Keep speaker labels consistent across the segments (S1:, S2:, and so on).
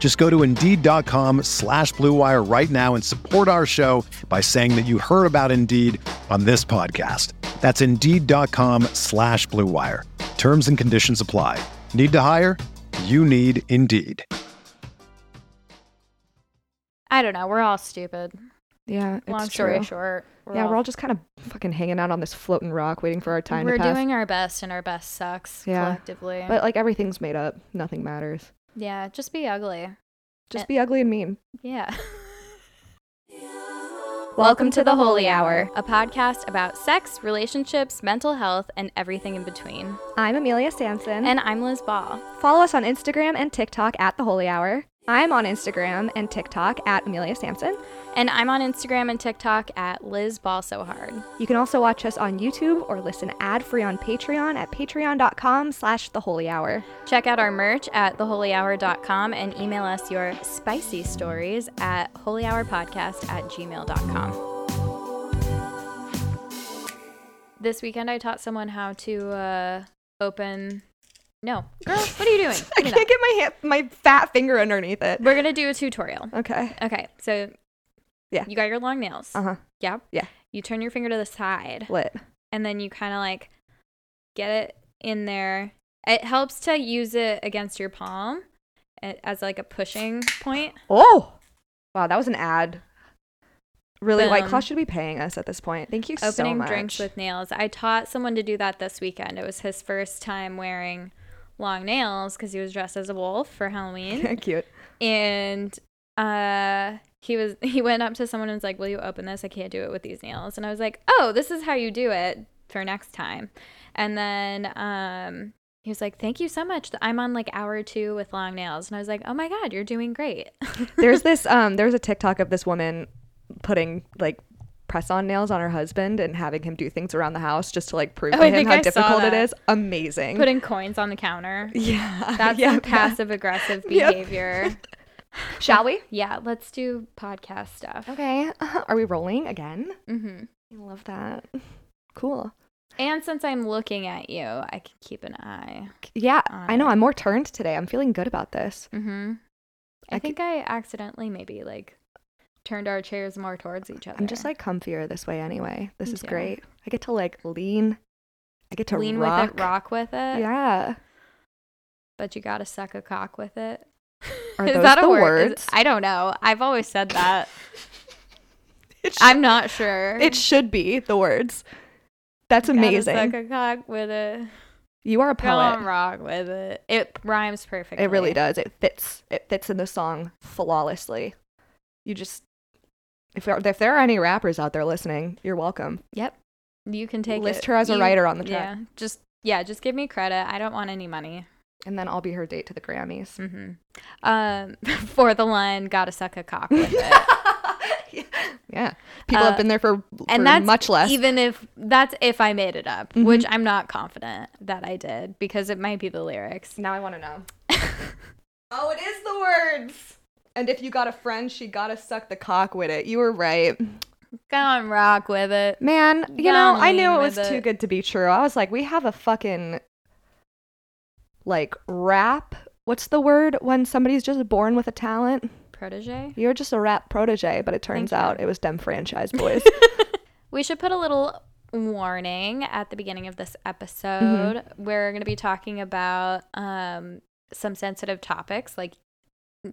S1: Just go to Indeed.com slash BlueWire right now and support our show by saying that you heard about Indeed on this podcast. That's Indeed.com slash BlueWire. Terms and conditions apply. Need to hire? You need Indeed.
S2: I don't know. We're all stupid.
S3: Yeah, it's
S2: Long story
S3: true.
S2: short, we're
S3: yeah,
S2: all,
S3: we're all just kind of fucking hanging out on this floating rock, waiting for our time
S2: we're
S3: to pass.
S2: doing our best, and our best sucks
S3: Yeah.
S2: collectively.
S3: but like everything's made up. Nothing matters.
S2: yeah, just be ugly. Eh.
S3: Just be ugly and mean.
S2: Yeah. Welcome to the Holy Hour, a podcast about sex, relationships, mental health, and everything in between.
S4: I'm Amelia Sampson.
S2: And I'm Liz Ball.
S4: follow us on Instagram and TikTok at The Holy Hour. I'm on Instagram and TikTok at Amelia Sampson.
S2: And I'm on Instagram and TikTok at Liz Ball So Hard.
S4: You can also watch us on YouTube or listen ad-free on Patreon at patreon.com slash The Holy Hour.
S2: Check out our merch at theholyhour.com and email us your spicy stories at holyhourpodcast at gmail.com. This weekend, I taught someone how to uh, open. No, girl, what are you doing?
S4: I
S2: Get it
S4: can't
S2: up.
S4: get my hand, my fat finger underneath it.
S2: We're gonna do a tutorial.
S4: Okay.
S2: Okay, so
S4: Yeah.
S2: you got your long nails.
S4: Uh-huh.
S2: Yeah,
S4: Yeah.
S2: You turn your finger to the side,
S4: Lit.
S2: and then you kind of like get it in there. It helps to use it against your palm a- as like a pushing point.
S3: Oh, wow, that was an ad. Really, White
S2: Boom.
S3: Claw should be paying us at this point. Thank you so
S2: Opening
S3: much.
S2: drinks with nails. I taught someone to do that this weekend. It was his first time wearing long nails because he was dressed as a wolf for Halloween.
S3: cute.
S2: and uh he was he went up to someone and was like will you open this i can't do it with these nails and i was like oh this is how you do it for next time and then um he was like thank you so much i'm on like hour two with long nails and i was like oh my god you're doing great
S3: There's this um there's a TikTok of this woman putting like press on nails on her husband and having him do things around the house just to like prove
S2: Oh,
S3: to
S2: I
S3: him
S2: think
S3: how
S2: I saw
S3: difficult it
S2: that.
S3: is. Amazing.
S2: putting coins on the counter
S3: yeah.
S2: that's
S3: yeah,
S2: some passive aggressive
S3: Yep.
S2: behavior
S4: Shall we?
S2: yeah let's do podcast stuff
S3: Okay. Are we rolling again?
S2: hmm
S3: I love that. Cool.
S2: and since i'm looking at you i can keep an eye
S3: Yeah,
S2: on
S3: I know.
S2: it.
S3: I'm more turned today. I'm feeling good about this.
S2: Mm-hmm. I,
S3: I
S2: think I accidentally maybe like turned our chairs more towards each other.
S3: I'm just like comfier this way anyway. This
S2: Me
S3: is
S2: too.
S3: great. I get to like lean. I get to
S2: lean
S3: rock.
S2: with it, rock with it.
S3: Yeah.
S2: But you gotta suck a cock with it.
S3: Are
S2: Is
S3: those
S2: that a
S3: the
S2: word? Is-
S3: words?
S2: I don't know. I've always said that.
S3: It sh-
S2: I'm not sure.
S3: it should be the words. That's
S2: Gotta
S3: amazing.
S2: Suck a cock with it.
S3: you are a
S2: Go on
S3: poet.
S2: rock with it. It rhymes perfectly.
S3: It really does. It fits. It fits in the song flawlessly. You just if there, if there are any rappers out there listening, you're welcome.
S2: Yep. You can take
S3: List
S2: it-
S3: her as a
S2: you-
S3: writer on the
S2: Yeah.
S3: track,
S2: Just yeah. Just give me credit. I don't want any money.
S3: and then I'll be her date to the Grammys.
S2: hmm Um, for the line, gotta suck a cock with it.
S3: Yeah, people
S2: Uh,
S3: have been there for, for
S2: and that's
S3: much less.
S2: Even if that's if I made it up,
S3: Mhm.
S2: which I'm not confident that I did because it might be the lyrics.
S3: Now I want to know. oh, it is the words. And if you got a friend, she gotta suck the cock with it. You were right,
S2: Go on, rock with it.
S3: man. You know,
S2: Gotta
S3: I knew
S2: lean
S3: it was
S2: with
S3: too
S2: it.
S3: good to be true. I was like, we have a fucking like rap. What's the word when somebody's just born with a talent?
S2: Protege.
S3: You're just a rap protege, but it turns
S2: Thank you.
S3: out it was them franchise boys.
S2: We should put a little warning at the beginning of this episode.
S3: Mm-hmm.
S2: We're going to be talking about um, some sensitive topics, like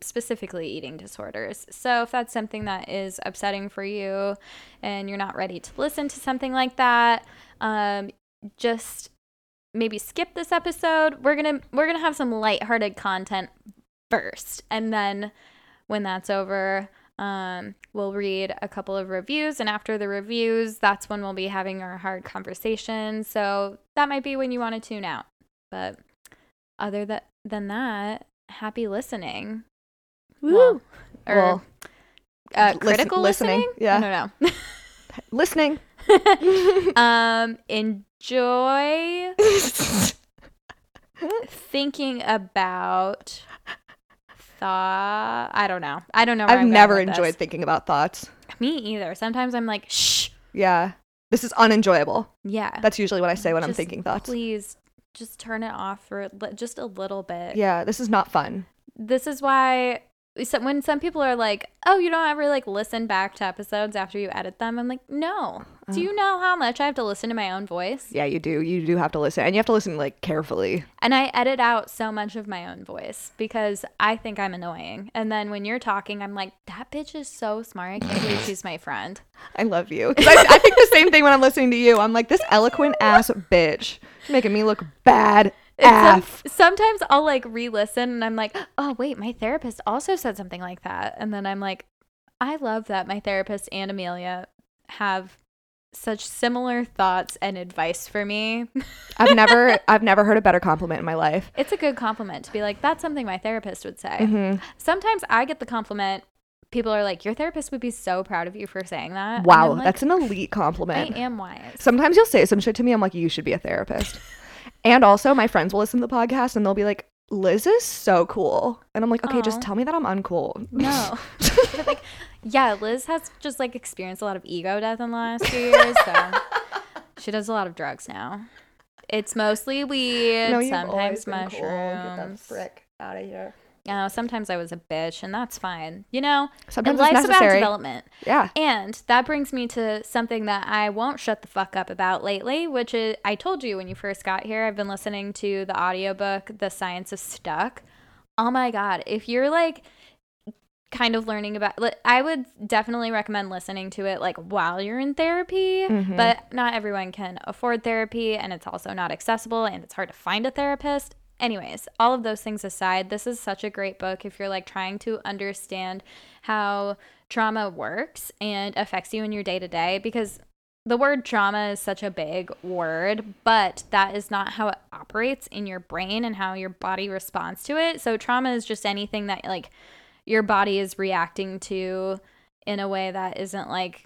S2: specifically eating disorders. So, if that's something that is upsetting for you and you're not ready to listen to something like that, um, just maybe skip this episode. We're going to we're going to have some lighthearted content first and then when that's over, um, we'll read a couple of reviews and after the reviews, that's when we'll be having our hard conversation. So that might be when you want to tune out. But other tha- than that, happy listening. Well, or
S3: Well,
S2: uh,
S3: listen-
S2: critical
S3: listening,
S2: listening.
S3: yeah.
S2: I
S3: Listening.
S2: don't know. um, enjoy thinking about thought. I don't know. I don't know. where
S3: I've
S2: I'm going
S3: never
S2: with this.
S3: enjoyed thinking about thoughts.
S2: me either. Sometimes I'm like, shh.
S3: Yeah. This is unenjoyable.
S2: Yeah.
S3: That's usually what I say when I'm
S2: Just
S3: thinking thoughts.
S2: Please just turn it off for li- just a little bit.
S3: Yeah, this is not fun.
S2: This is why so- when some people are like, "Oh, you don't ever like listen back to episodes after you edit them." I'm like, "No.
S3: Uh.
S2: Do you know how much I have to listen to my own voice?"
S3: Yeah, you do. You do have to listen, and you have to listen like carefully.
S2: And I edit out so much of my own voice because I think I'm annoying. And then when you're talking, I'm like, "That bitch is so smart. I can't believe she's my friend."
S3: I love you. 'Cause I, I think the same thing when I'm listening to you. I'm like this eloquent ass bitch, making me look bad.
S2: And
S3: F.
S2: some- Um, sometimes I'll like re-listen and I'm like, oh wait, my therapist also said something like that, and then I'm like, I love that my therapist and Amelia have such similar thoughts and advice for me.
S3: I've never, I've never heard a better compliment in my life.
S2: it's a good compliment to be like, that's something my therapist would say.
S3: Mhm.
S2: Sometimes I get the compliment. People are like, your therapist would be so proud of you for saying that. And
S3: Wow,
S2: I'm like,
S3: that's an elite
S2: I
S3: compliment.
S2: am wise.
S3: Sometimes you'll say some shit to me. I'm like, you should be a therapist. and also, my friends will listen to the podcast and they'll be like, Liz is so cool. And I'm like, okay,
S2: Aw.
S3: just tell me that I'm uncool.
S2: No. But, like, yeah, Liz has just like experienced a lot of ego death in the last few years, so she does a lot of drugs now. It's mostly weed,
S3: no,
S2: sometimes
S3: Cool. Get that
S2: mushrooms.
S3: frick out of here.
S2: you know, sometimes I was a bitch, and that's fine. You know,
S3: Sometimes it's
S2: life's about
S3: necessary.
S2: development.
S3: Yeah.
S2: And that brings me to something that I won't shut the fuck up about lately, which is I told you when you first got here, I've been listening to the audiobook The Science of Stuck. Oh my god, if you're like kind of learning about li- I would definitely recommend listening to it like while you're in therapy,
S3: Mhm.
S2: but not everyone can afford therapy and it's also not accessible and it's hard to find a therapist. Anyways, all of those things aside, this is such a great book if you're like trying to understand how trauma works and affects you in your day to day because the word trauma is such a big word, but that is not how it operates in your brain and how your body responds to it. So trauma is just anything that like your body is reacting to in a way that isn't like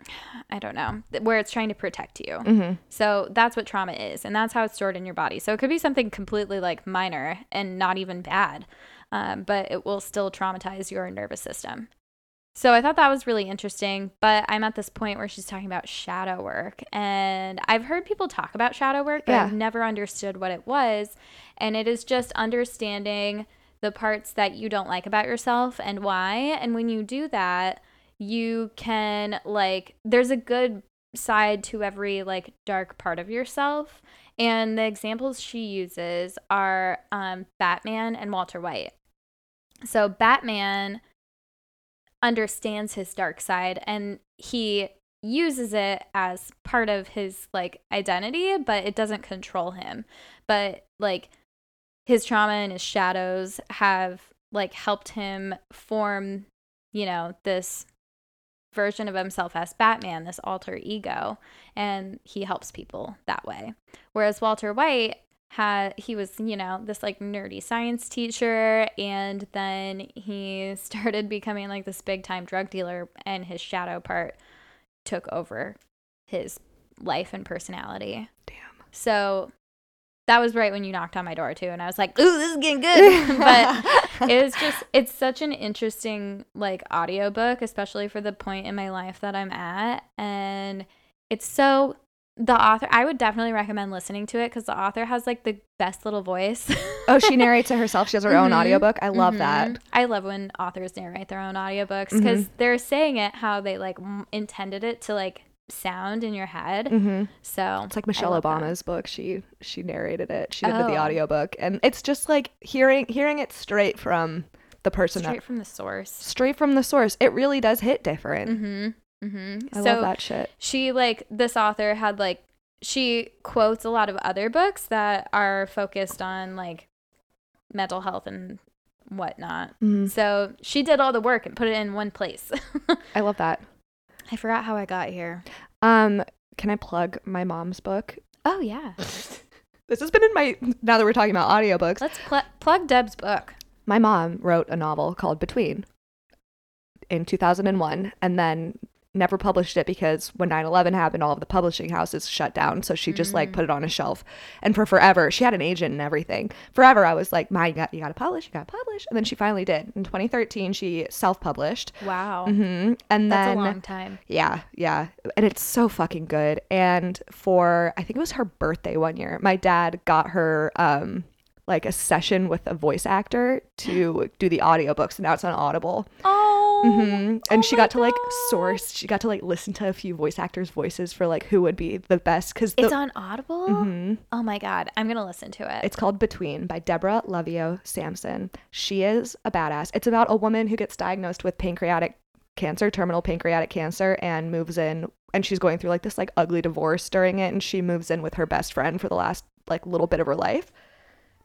S2: I don't know, th- where it's trying to protect you.
S3: Mm-hmm.
S2: So that's what trauma is, and that's how it's stored in your body. So it could be something completely like minor and not even bad, um, but it will still traumatize your nervous system. So I thought that was really interesting, but I'm at this point where she's talking about shadow work, and I've heard people talk about shadow work, but I've
S3: Yeah.
S2: never understood what it was, and it is just understanding the parts that you don't like about yourself and why, and when you do that, you can like there's a good side to every like dark part of yourself and the examples she uses are um, batman and walter white so batman understands his dark side and he uses it as part of his like identity but it doesn't control him but like his trauma and his shadows have like helped him form you know this version of himself as batman this alter ego and he helps people that way whereas walter white had he was you know this like nerdy science teacher and then he started becoming like this big time drug dealer and his shadow part took over his life and personality
S3: Damn.
S2: so that was right when you knocked on my door too, and I was like, "Ooh, this is getting good." but it was just it's such an interesting like audiobook, especially for the point in my life that I'm at, and it's so the author I would definitely recommend listening to it cuz the author has like the best little voice.
S3: oh, she narrates it herself. She has her own
S2: Mhm.
S3: audiobook. I love
S2: Mhm.
S3: that. Mm-hmm.
S2: I love when authors narrate their own audiobooks because they're saying it how they like m- intended it to like sound in your head.
S3: Mm-hmm.
S2: So
S3: It's like Michelle
S2: love that.
S3: Obama's book. She she narrated it. She did the
S2: Oh.
S3: audiobook, and it's just like hearing hearing it straight from the person that-
S2: straight from the source.
S3: straight from the source. It really does hit different.
S2: Mm-hmm. Mm-hmm.
S3: I
S2: so
S3: love that shit.
S2: she like this author had like she quotes a lot of other books that are focused on like mental health and whatnot.
S3: Mm-hmm.
S2: So she did all the work and put it in one place.
S3: I love that.
S2: I forgot how I got here.
S3: Um, can I plug my mom's book?
S2: Oh yeah,
S3: This has been in my now that we're talking about audiobooks.
S2: let's pl- plug Deb's book.
S3: my mom wrote a novel called Between in 2001 and then never published it because when 9-11 happened all of the publishing houses shut down so she just
S2: Mm.
S3: like put it on a shelf and for forever she had an agent and everything forever i was like my you, got, you gotta publish you gotta publish and then she finally did in 2013 she self-published
S2: Wow,
S3: hmm and
S2: Oh. that's
S3: then
S2: a long time.
S3: yeah, yeah. And it's so fucking good. And for I think it was her birthday one year, my dad got her um like a session with a voice actor to do the audiobooks and now it's on Audible.
S2: Oh,
S3: hmm And she got to like
S2: God.
S3: source, she got to like listen to a few voice actors' voices for like who would be the best cuz
S2: it's
S3: the,
S2: on Audible.
S3: Mhm.
S2: Oh my god, I'm gonna listen to it.
S3: It's called Between by Deborah Lovio Sampson. She is a badass. It's about a woman who gets diagnosed with pancreatic cancer, terminal pancreatic cancer, and moves in and she's going through like this like ugly divorce during it and she moves in with her best friend for the last like little bit of her life.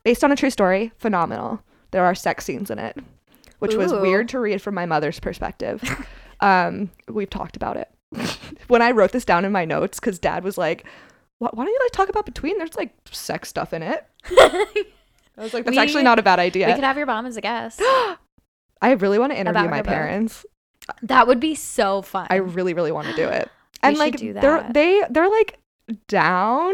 S3: Based on a true story, phenomenal. There are sex scenes in it, which was
S2: Ooh.
S3: weird to read from my mother's perspective. um, we've talked about it. when I wrote this down in my notes, because dad was like, "Why why don't you like talk about between? There's like sex stuff in it. I was like, that's
S2: We-
S3: actually not a bad
S2: We
S3: idea.
S2: could have your mom as a guest.
S3: I really want to interview
S2: About
S3: my
S2: her book.
S3: parents.
S2: that would be so fun.
S3: I really, really want to do it.
S2: Um, We
S3: And
S2: should
S3: like
S2: do
S3: they're
S2: that.
S3: they they're like down.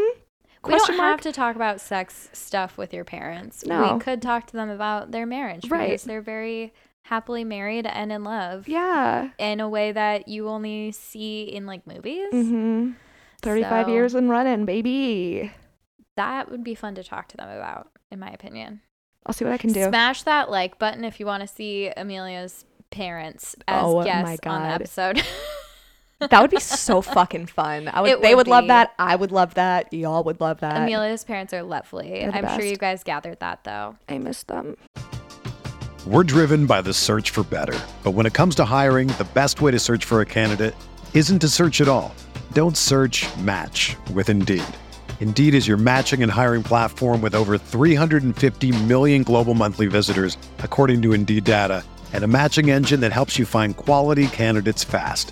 S2: we don't
S3: question
S2: have
S3: mark?
S2: to talk about sex stuff with your parents.
S3: No.
S2: We could talk to them about their marriage
S3: Right.
S2: because they're very happily married and in love
S3: Yeah.
S2: in a way that you only see in like movies.
S3: Mm-hmm. Thirty-five
S2: So-
S3: years and running, baby.
S2: That would be fun to talk to them about, in my opinion.
S3: I'll see what I can do.
S2: Smash that like button if you want to see Amelia's parents as
S3: Oh my
S2: guests on the
S3: God.
S2: episode.
S3: that would be so fucking fun. I would.
S2: It
S3: they
S2: would
S3: would love
S2: be.
S3: that. I would love that. Y'all would love that.
S2: Amelia's parents are lovely.
S3: They're the
S2: I'm sure you
S3: best.
S2: guys gathered that though.
S3: I miss them.
S1: We're driven by the search for better. But when it comes to hiring, the best way to search for a candidate isn't to search at all. Don't search match with Indeed. Indeed is your matching and hiring platform with over 350 million global monthly visitors, according to Indeed data, and a matching engine that helps you find quality candidates fast.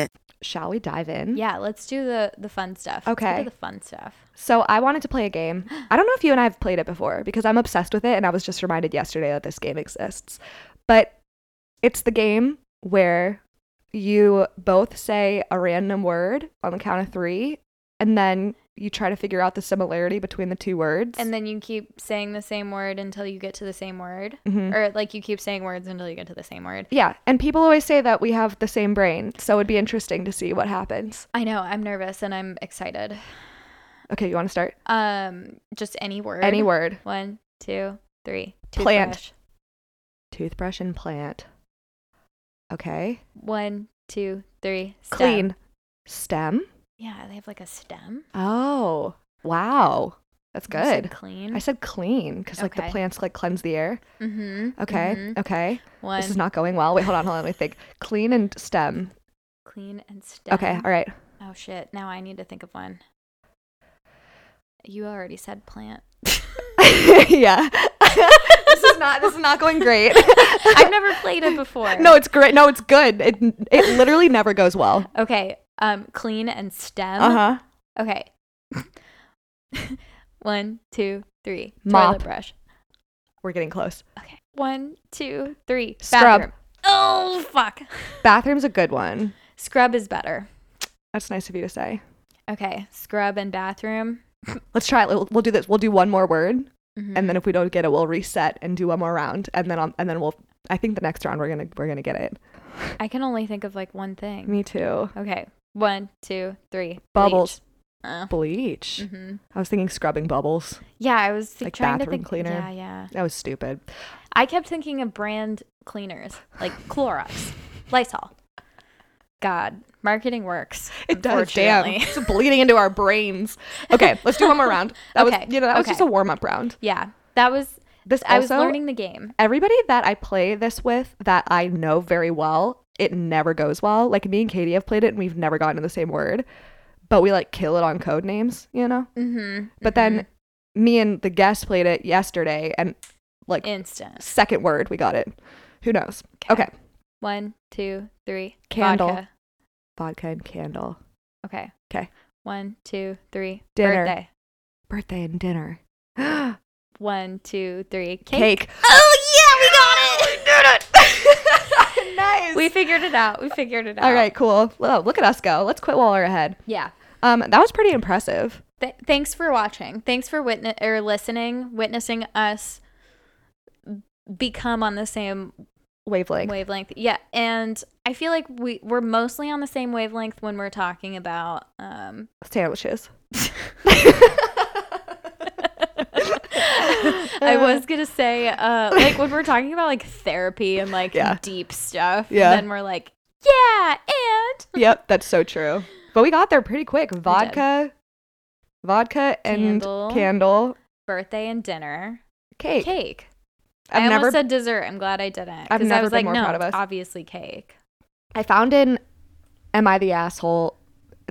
S3: Shall we dive in?
S2: Yeah, let's do the the fun stuff. Let's get to
S3: Mm-hmm. Okay.
S2: the fun stuff.
S3: So I wanted to play a game. I don't know if you and I have played it before because I'm obsessed with it and I was just reminded yesterday that this game exists. But it's the game where you both say a random word on the count of 3 and then you try to figure out the similarity between the two words.
S2: And then you keep saying the same word until you get to the same word.
S3: Mhm.
S2: Or like you keep saying words until you get to the same word.
S3: yeah, and people always say that we have the same brain, so it'd be interesting to see what happens.
S2: I know, I'm nervous and I'm excited.
S3: Okay, you want to start?
S2: Um just any word.
S3: Any word.
S2: One, two, three.
S3: Plant.
S2: Toothbrush.
S3: Toothbrush and plant. Okay.
S2: One, two, three. Stem.
S3: Clean. Stem.
S2: Yeah, they have like a stem.
S3: Oh, wow. That's
S2: You said
S3: good.
S2: Clean.
S3: I said clean because like the
S2: Okay.
S3: plants like cleanse the air.
S2: mm-hmm.
S3: Okay. Okay.
S2: One.
S3: This is not going well. Wait, hold on, hold on. Let me think. Clean and stem.
S2: clean and STEM.
S3: Okay, all right.
S2: Oh shit! Now I need to think of one. You already said plant.
S3: yeah. this is not this is not going great.
S2: I've never played it before.
S3: No, it's great. No, it's good. It it literally never goes well.
S2: Okay. Um, clean and STEM.
S3: Uh-huh.
S2: Okay. One, two, three.
S3: Mop.
S2: Toilet brush.
S3: We're getting close.
S2: Okay. One, two, three.
S3: Scrub.
S2: Bathroom. Oh fuck.
S3: Bathroom's a good one.
S2: Scrub is better.
S3: That's nice of you to say.
S2: Okay. Scrub and bathroom.
S3: Let's try it. We'll, we'll do this. We'll do one more word,
S2: Mhm.
S3: and then if we don't get it, we'll reset and do one more round, and then I'll, and then we'll. I think the next round we're gonna we're gonna get it.
S2: I can only think of like one thing.
S3: Me too.
S2: Okay. One, two, three.
S3: Bubbles.
S2: Bleach. Oh.
S3: Bleach.
S2: Mhm.
S3: I was thinking scrubbing bubbles.
S2: Yeah, I was th-
S3: Like
S2: trying to
S3: bathroom
S2: think.
S3: cleaner?
S2: Yeah, yeah.
S3: That was stupid.
S2: I kept thinking of brand cleaners like Clorox, Lysol. God, marketing works.
S3: It does. Damn,
S2: unfortunately.
S3: it's bleeding into our brains. Okay, let's do one more round. That
S2: Okay,
S3: was you know that was
S2: okay.
S3: just a warm up round.
S2: Yeah, that was.
S3: This
S2: I was
S3: also-
S2: learning the game.
S3: Everybody that I play this with that I know very well, it never goes well. Like me and Katie have played it and we've never gotten to the same word, but we like kill it on code names, you know.
S2: Mm-hmm.
S3: But then me and the guest played it yesterday, and like
S2: instant.
S3: second word we got it. Who knows? Okay,
S2: One, two, three.
S3: Candle.
S2: Vodka.
S3: vodka and candle,
S2: Okay.
S3: 'Kay.
S2: One, two, three.
S3: Dinner.
S2: Birthday.
S3: birthday and dinner, cake.
S2: One, two, three. Cake.
S3: Oh yeah, we got it. we did it. nice.
S2: We figured it out. We figured it out.
S3: All right, cool. Well, look at us go. Let's quit while we're ahead.
S2: Yeah.
S3: Um, that was pretty impressive.
S2: Th- thanks for watching. Thanks for witness or listening, witnessing us become on the same
S3: Wavelength.
S2: wavelength. Yeah, and I feel like we we're mostly on the same wavelength when we're talking about um
S3: Sandwiches.
S2: I was gonna say, uh, like when we're talking about like therapy and like
S3: Yeah.
S2: deep stuff,
S3: Yeah.
S2: then we're like, yeah, and
S3: yep, that's so true. But we got there pretty quick. Vodka, vodka, and
S2: Candle.
S3: candle,
S2: birthday and dinner,
S3: cake.
S2: cake. i
S3: I've
S2: almost
S3: never.
S2: said dessert. I'm glad I didn't
S3: I've
S2: because I
S3: never
S2: was
S3: been
S2: like,
S3: more
S2: no,
S3: proud of
S2: it's
S3: us.
S2: obviously cake.
S3: I found in "Am I the asshole?"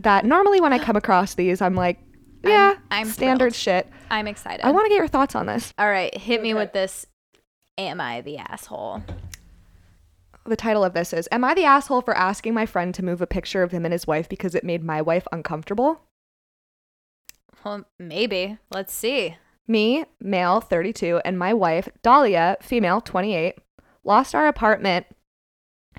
S3: that normally when I come across these, I'm like,
S2: I'm-
S3: yeah,
S2: I'm
S3: standard
S2: thrilled.
S3: shit.
S2: I'm excited.
S3: I want to get your thoughts on this.
S2: All right, hit me with this. Am I the asshole?
S3: The title of this is Am I the asshole for asking my friend to move a picture of him and his wife because it made my wife uncomfortable?
S2: Well, maybe. Let's see.
S3: Me, male, 32, and my wife, Dahlia, female, 28, lost our apartment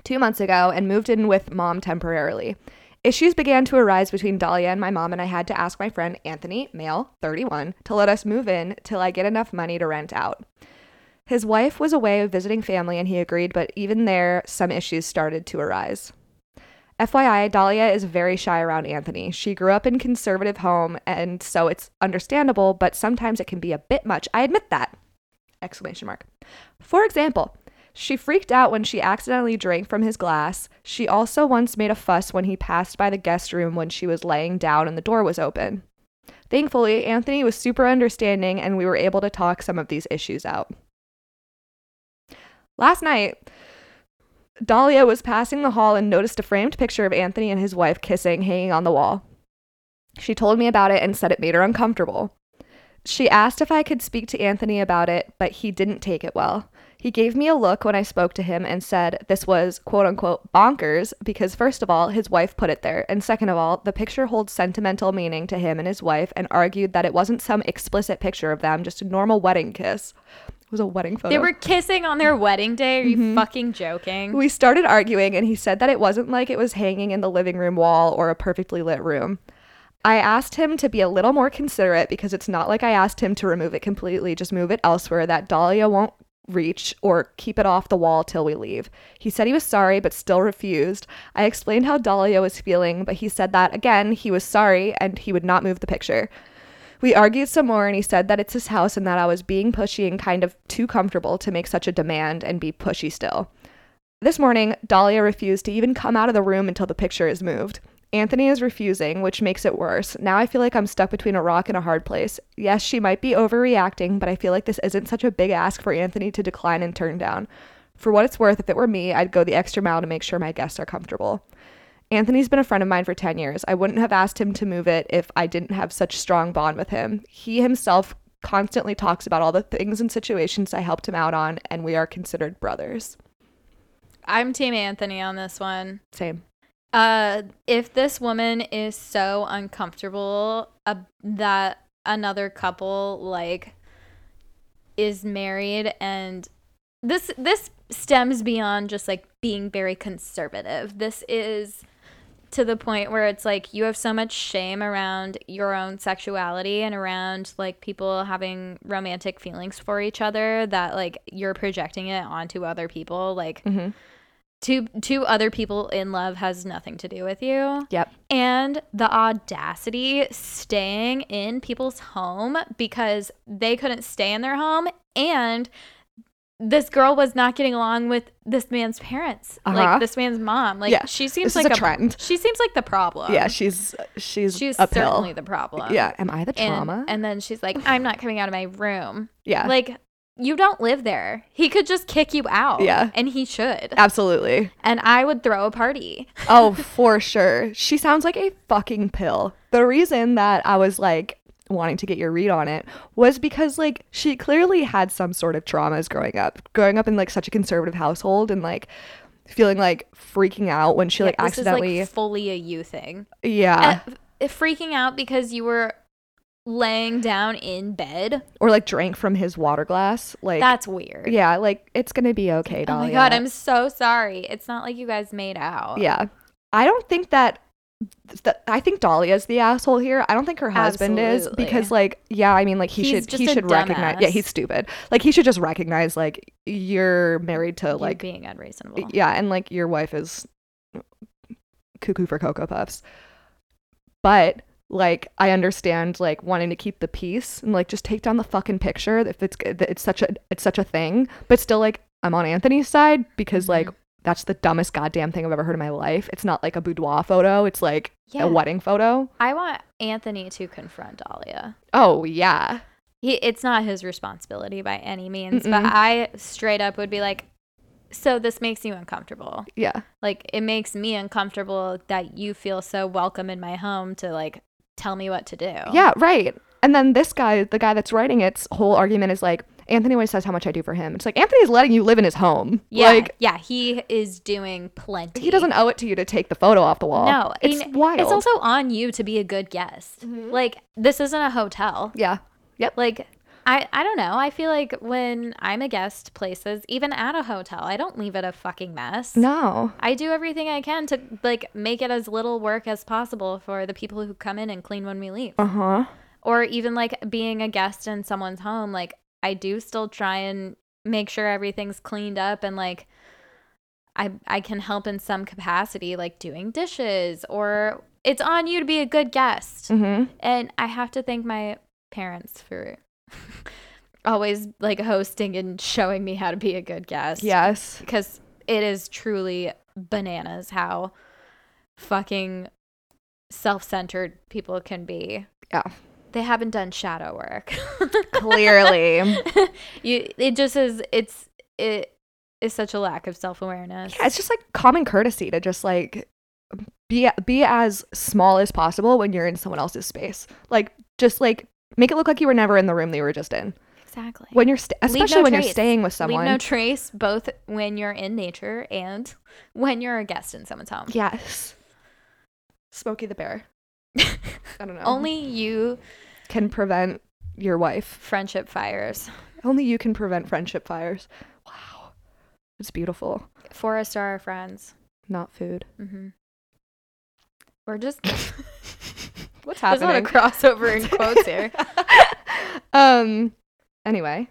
S3: two months ago and moved in with mom temporarily. Issues began to arise between Dahlia and my mom, and I had to ask my friend Anthony, male, 31, to let us move in till I get enough money to rent out. His wife was away visiting family and he agreed, but even there, some issues started to arise. FYI, Dahlia is very shy around Anthony. She grew up in conservative home and so it's understandable, but sometimes it can be a bit much. I admit that. Exclamation mark. For example, she freaked out when she accidentally drank from his glass. She also once made a fuss when he passed by the guest room when she was laying down and the door was open. Thankfully, Anthony was super understanding and we were able to talk some of these issues out. Last night, Dahlia was passing the hall and noticed a framed picture of Anthony and his wife kissing hanging on the wall. She told me about it and said it made her uncomfortable. She asked if I could speak to Anthony about it, but he didn't take it well. He gave me a look when I spoke to him and said this was quote unquote bonkers because, first of all, his wife put it there, and second of all, the picture holds sentimental meaning to him and his wife, and argued that it wasn't some explicit picture of them, just a normal wedding kiss. It was a wedding photo. Mm-hmm.
S2: They were kissing on their wedding day. Are you fucking joking?
S3: We started arguing, and he said that it wasn't like it was hanging in the living room wall or a perfectly lit room. I asked him to be a little more considerate because it's not like I asked him to remove it completely, just move it elsewhere that Dahlia won't reach or keep it off the wall till we leave. He said he was sorry but still refused. I explained how Dahlia was feeling, but he said that again, he was sorry and he would not move the picture. We argued some more, and he said that it's his house and that I was being pushy and kind of too comfortable to make such a demand and be pushy still. This morning, Dahlia refused to even come out of the room until the picture is moved. Anthony is refusing, which makes it worse. Now I feel like I'm stuck between a rock and a hard place. Yes, she might be overreacting, but I feel like this isn't such a big ask for Anthony to decline and turn down. For what it's worth, if it were me, I'd go the extra mile to make sure my guests are comfortable. Anthony's been a friend of mine for 10 years. I wouldn't have asked him to move it if I didn't have such strong bond with him. He himself constantly talks about all the things and situations I helped him out on and we are considered brothers.
S2: I'm Team Anthony on this one.
S3: Same.
S2: Uh, if this woman is so uncomfortable uh, that another couple like is married and this this stems beyond just like being very conservative. This is to the point where it's like you have so much shame around your own sexuality and around like people having romantic feelings for each other that like you're projecting it onto other people like
S3: Mhm.
S2: two two other people in love has nothing to do with you
S3: Yep.
S2: and the audacity staying in people's home because they couldn't stay in their home and this girl was not getting along with this man's parents
S3: Uh-huh.
S2: like this man's mom like
S3: Yeah.
S2: she seems
S3: This is
S2: like
S3: a trend.
S2: she seems like the problem
S3: yeah, she's she's
S2: Um, she's
S3: uphill.
S2: certainly the problem
S3: yeah, am I the
S2: and,
S3: trauma?
S2: and then she's like i'm not coming out of my room
S3: yeah.
S2: like you don't live there he could just kick you out
S3: Yeah.
S2: and he should
S3: Absolutely.
S2: and i would throw a party
S3: oh, for sure. She sounds like a fucking pill. The reason that I was like wanting to get your read on it was because like she clearly had some sort of traumas growing up, growing up in like such a conservative household and like feeling like freaking out when she like
S2: Yeah, this is,
S3: accidentally
S2: like fully a you thing
S3: yeah
S2: Uh, f- freaking out because you were laying down in bed.
S3: or like drank from his water glass like
S2: That's weird.
S3: yeah like it's gonna be okay
S2: Oh
S3: Dahlia.
S2: my god, I'm so sorry. It's not like you guys made out.
S3: yeah I don't think that th- I think Dahlia's the asshole here. I don't think her husband is
S2: Absolutely.
S3: because like yeah, I mean like he
S2: He's
S3: should
S2: just
S3: he
S2: a
S3: should recognize yeah,
S2: dumbass.
S3: he's stupid. Like he should just recognize like you're married to
S2: You're
S3: like
S2: being unreasonable.
S3: yeah, and like your wife is cuckoo for cocoa puffs. But like I understand like wanting to keep the peace and like just take down the fucking picture if it's that it's such a it's such a thing, but still like I'm on Anthony's side because like
S2: Mm-hmm.
S3: that's the dumbest goddamn thing I've ever heard in my life. It's not like a boudoir photo, it's like
S2: Yeah.
S3: a wedding photo.
S2: I want Anthony to confront Dahlia.
S3: Oh yeah.
S2: He, it's not his responsibility by any means,
S3: Mm-mm.
S2: but I straight up would be like, so this makes you uncomfortable.
S3: Yeah.
S2: Like it makes me uncomfortable that you feel so welcome in my home to like tell me what to do.
S3: Yeah, right. And then this guy, the guy that's writing its whole argument is like, Anthony always says how much I do for him. It's like Anthony's letting you live in his home.
S2: Yeah,
S3: Like
S2: yeah, he is doing plenty.
S3: he doesn't owe it to you to take the photo off the wall.
S2: No,
S3: it's
S2: and
S3: wild. Mm-hmm.
S2: It's also on you to be a good guest. Like this isn't a hotel.
S3: yeah, yep.
S2: Like I I don't know. I feel like when I'm a guest places, even at a hotel, I don't leave it a fucking mess.
S3: No,
S2: I do everything I can to like make it as little work as possible for the people who come in and clean when we leave.
S3: uh huh.
S2: Or even like being a guest in someone's home, like I do still try and make sure everything's cleaned up and like I I can help in some capacity like doing dishes or it's on you to be a good guest.
S3: hmm
S2: And I have to thank my parents for always like hosting and showing me how to be a good guest.
S3: Yes,
S2: Because it is truly bananas how fucking self centered people can be.
S3: Yeah.
S2: They haven't done shadow work.
S3: clearly.
S2: you it just is it's it is such a lack of self awareness.
S3: Yeah, it's just like common courtesy to just like be be as small as possible when you're in someone else's space. Like just like make it look like you were never in the room that you were just in.
S2: exactly.
S3: When you're sta-
S2: Leave no
S3: especially when you're
S2: trace.
S3: staying with someone.
S2: Leave no trace both when you're in nature and when you're a guest in someone's home.
S3: Yes. Smokey the Bear. I don't know.
S2: Only you
S3: can prevent your wife.
S2: friendship fires.
S3: Only you can prevent friendship fires. Wow. It's beautiful.
S2: Forest are our friends.
S3: Not food.
S2: Mm-hmm. We're just
S3: What's
S2: there's a lot of
S3: happening?
S2: crossover in quotes here.
S3: um anyway.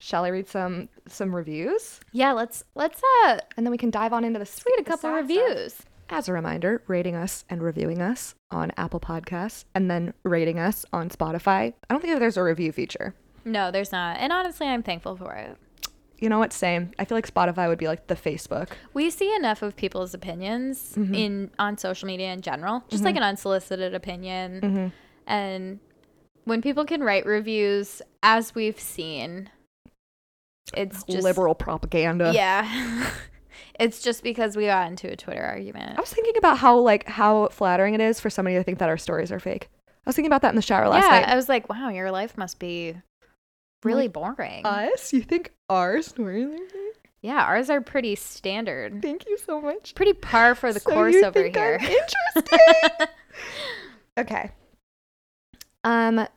S3: Shall I read some some reviews?
S2: Yeah, let's let's uh
S3: And then we can dive on into the sweet
S2: read a couple reviews.
S3: As a reminder, rating us and reviewing us on Apple Podcasts and then rating us on Spotify. I don't think there's a review feature.
S2: No, there's not. And honestly, I'm thankful for it.
S3: You know what? Same. I feel like Spotify would be like the Facebook.
S2: We see enough of people's opinions in on social media in general, just like an unsolicited opinion. And when people can write reviews as we've seen, it's just
S3: liberal propaganda.
S2: Yeah. It's just because we got into a Twitter argument.
S3: I was thinking about how like how flattering it is for somebody to think that our stories are fake. I was thinking about that in the shower last
S2: yeah,
S3: night.
S2: I was like, wow, your life must be really boring.
S3: Us? You think our stories are fake?
S2: yeah, ours are pretty standard,
S3: Thank you so much.
S2: pretty par for the
S3: So
S2: course
S3: you
S2: over
S3: think
S2: here.
S3: I'm interesting. okay. Um. r-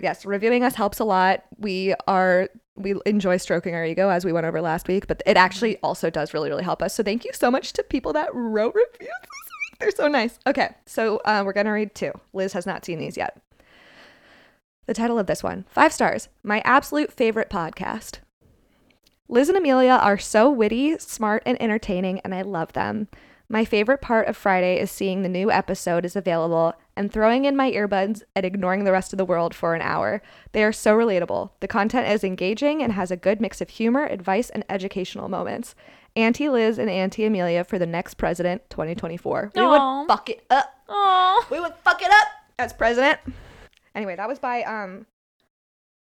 S3: Yes, reviewing us helps a lot. We are we enjoy stroking our ego as we went over last week, but it actually also does really really help us. So thank you so much to people that wrote reviews this week. They're so nice. Okay, so uh, we're gonna read two. Liz has not seen these yet. The title of this one: Five Stars. My absolute favorite podcast. Liz and Amelia are so witty, smart, and entertaining, and I love them. My favorite part of Friday is seeing the new episode is available and throwing in my earbuds and ignoring the rest of the world for an hour. They are so relatable. The content is engaging and has a good mix of humor, advice, and educational moments. Auntie Liz and Auntie Amelia for the next president 2024. We
S2: Aw.
S3: would fuck it up.
S2: Aw.
S3: We would fuck it up as president. Anyway, that was by um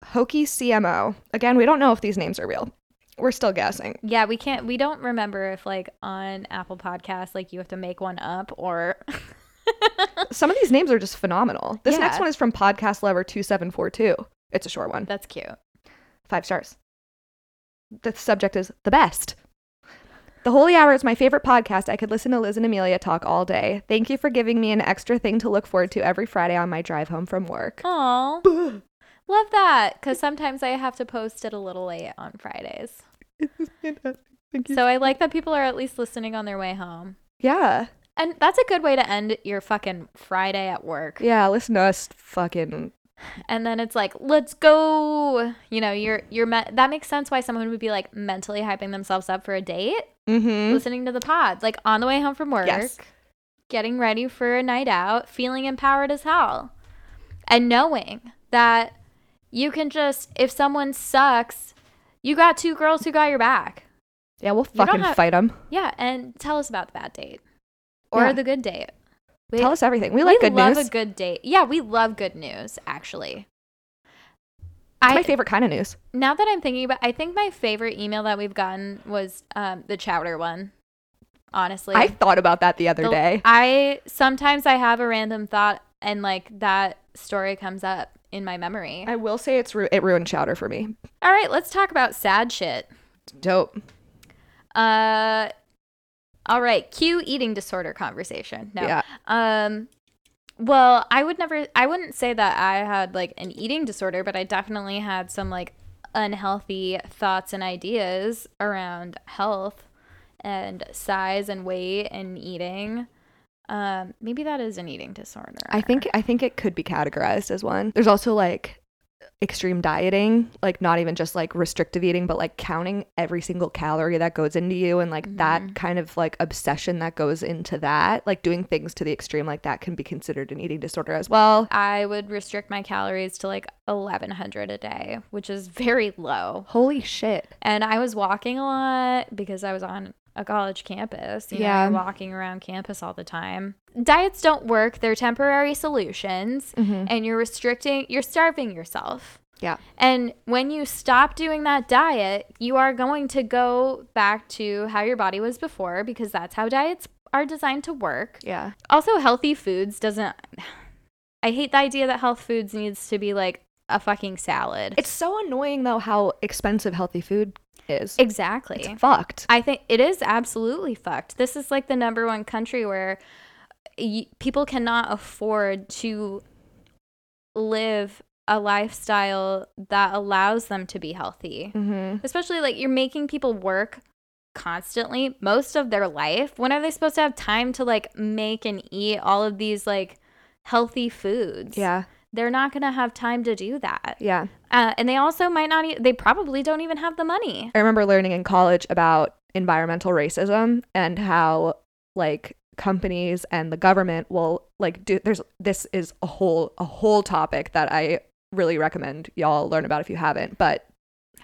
S3: Hokey CMO. Again, we don't know if these names are real. We're still guessing.
S2: Yeah, we can't. We don't remember if like on Apple Podcasts, like you have to make one up or.
S3: Some of these names are just phenomenal. This next
S2: Yeah.
S3: one is from Podcast Lover 2742. It's a short one.
S2: That's cute.
S3: Five stars. The subject is the best. The Holy Hour is my favorite podcast. I could listen to Liz and Amelia talk all day. Thank you for giving me an extra thing to look forward to every Friday on my drive home from work.
S2: Aw, love that. Because sometimes I have to post it a little late on Fridays.
S3: Thank
S2: So I like that people are at least listening on their way home.
S3: yeah.
S2: And that's a good way to end your fucking Friday at work.
S3: Yeah, listen to us fucking
S2: and then it's like let's go you know you're you're me- that makes sense why someone would be like mentally hyping themselves up for a date
S3: mm-hmm.
S2: listening to the pod like on the way home from work
S3: Yes.
S2: getting ready for a night out feeling empowered as hell and knowing that you can just if someone sucks you got two girls who got your back
S3: Yeah, we'll
S2: don't
S3: fucking
S2: have-
S3: fight them.
S2: yeah and tell us about the bad date or
S3: Yeah.
S2: the good date We-
S3: Tell us everything. We like good
S2: love
S3: news.
S2: a good date yeah we love good news actually
S3: it's my favorite kind of news.
S2: Now that I'm thinking about, I think my favorite email that we've gotten was um, the chowder one. Honestly,
S3: I thought about that the other
S2: The-
S3: day.
S2: I sometimes I have a random thought, and like that story comes up in my memory.
S3: I will say it's ru- it ruined chowder for me.
S2: All right, let's talk about sad shit.
S3: Dope.
S2: Uh, all right, cue eating disorder conversation. No.
S3: Yeah.
S2: Um. Well, I would never. I wouldn't say that I had like an eating disorder, but I definitely had some like unhealthy thoughts and ideas around health and size and weight and eating. Um, maybe that is an eating disorder.
S3: I think I think it could be categorized as one. There's also like extreme dieting, like not even just like restrictive eating, but like counting every single calorie that goes into you and like
S2: Mm-hmm.
S3: that kind of like obsession that goes into that, like doing things to the extreme like that can be considered an eating disorder as well.
S2: I would restrict my calories to like 1100 a day, which is very low.
S3: Holy shit.
S2: and I was walking a lot because I was on a college campus. You
S3: Yeah.
S2: yeah, know, you're walking around campus all the time. Diets don't work; they're temporary solutions,
S3: Mm-hmm.
S2: and you're restricting, you're starving yourself.
S3: Yeah.
S2: And when you stop doing that diet, you are going to go back to how your body was before because that's how diets are designed to work.
S3: Yeah.
S2: Also, healthy foods doesn't. I hate the idea that health foods needs to be like a fucking salad.
S3: It's so annoying though how expensive healthy food is.
S2: exactly.
S3: It's fucked.
S2: I think it is absolutely fucked. This is like the number one country where y- people cannot afford to live a lifestyle that allows them to be healthy.
S3: Mm-hmm.
S2: Especially like you're making people work constantly most of their life. When are they supposed to have time to like make and eat all of these like healthy foods?
S3: Yeah.
S2: They're not going to have time to do that.
S3: Yeah.
S2: Uh, and they also might not, e- they probably don't even have the money.
S3: I remember learning in college about environmental racism and how like companies and the government will like do there's this is a whole a whole topic that I really recommend y'all learn about if you haven't but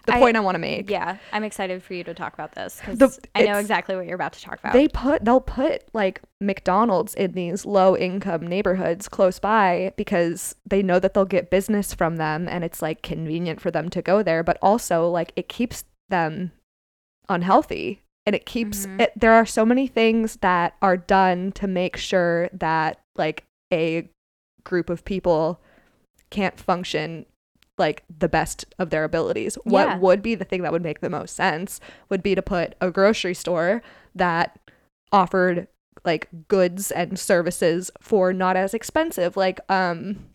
S3: the
S2: I-
S3: point I want to make
S2: Yeah, I'm excited for you to talk about this because
S3: The-
S2: I know
S3: it's-
S2: exactly what you're about to talk about.
S3: they put they'll put like McDonald's in these low income neighborhoods close by because they know that they'll get business from them and it's like convenient for them to go there but also like it keeps them unhealthy and it keeps
S2: Mm-hmm.
S3: it, there are so many things that are done to make sure that like a group of people can't function like the best of their abilities
S2: Yeah.
S3: what would be the thing that would make the most sense would be to put a grocery store that offered like goods and services for not as expensive like um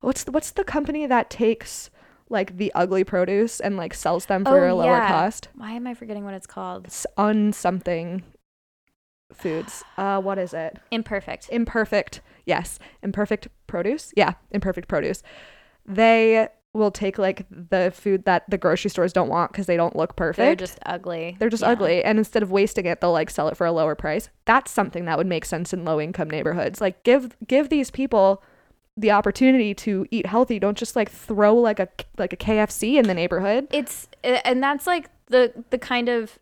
S3: what's the, what's the company that takes like the ugly produce and like sells them for
S2: Oh,
S3: a lower
S2: yeah.
S3: cost
S2: Why am I forgetting what it's called?
S3: s- un something foods. Uh, what is it?
S2: Imperfect.
S3: Imperfect. Yes, imperfect produce. Yeah, imperfect produce. They will take like the food that the grocery stores don't want because they don't look perfect.
S2: They're just ugly.
S3: They're just
S2: Yeah.
S3: ugly, and instead of wasting it, they'll like sell it for a lower price. That's something that would make sense in low income neighborhoods. Like give give these people the opportunity to eat healthy. Don't just like throw like a like a KFC in the neighborhood.
S2: It's and that's like the the kind of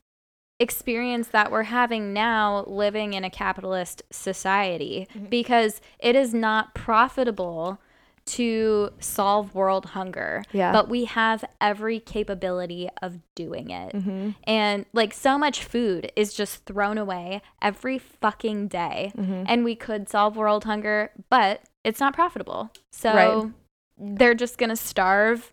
S2: experience that we're having now living in a capitalist society
S3: Mm-hmm.
S2: because it is not profitable to solve world hunger.
S3: Yeah.
S2: But we have every capability of doing it.
S3: Mm-hmm.
S2: And like so much food is just thrown away every fucking day.
S3: Mm-hmm.
S2: And we could solve world hunger, but it's not profitable. So
S3: Right.
S2: they're just going to starve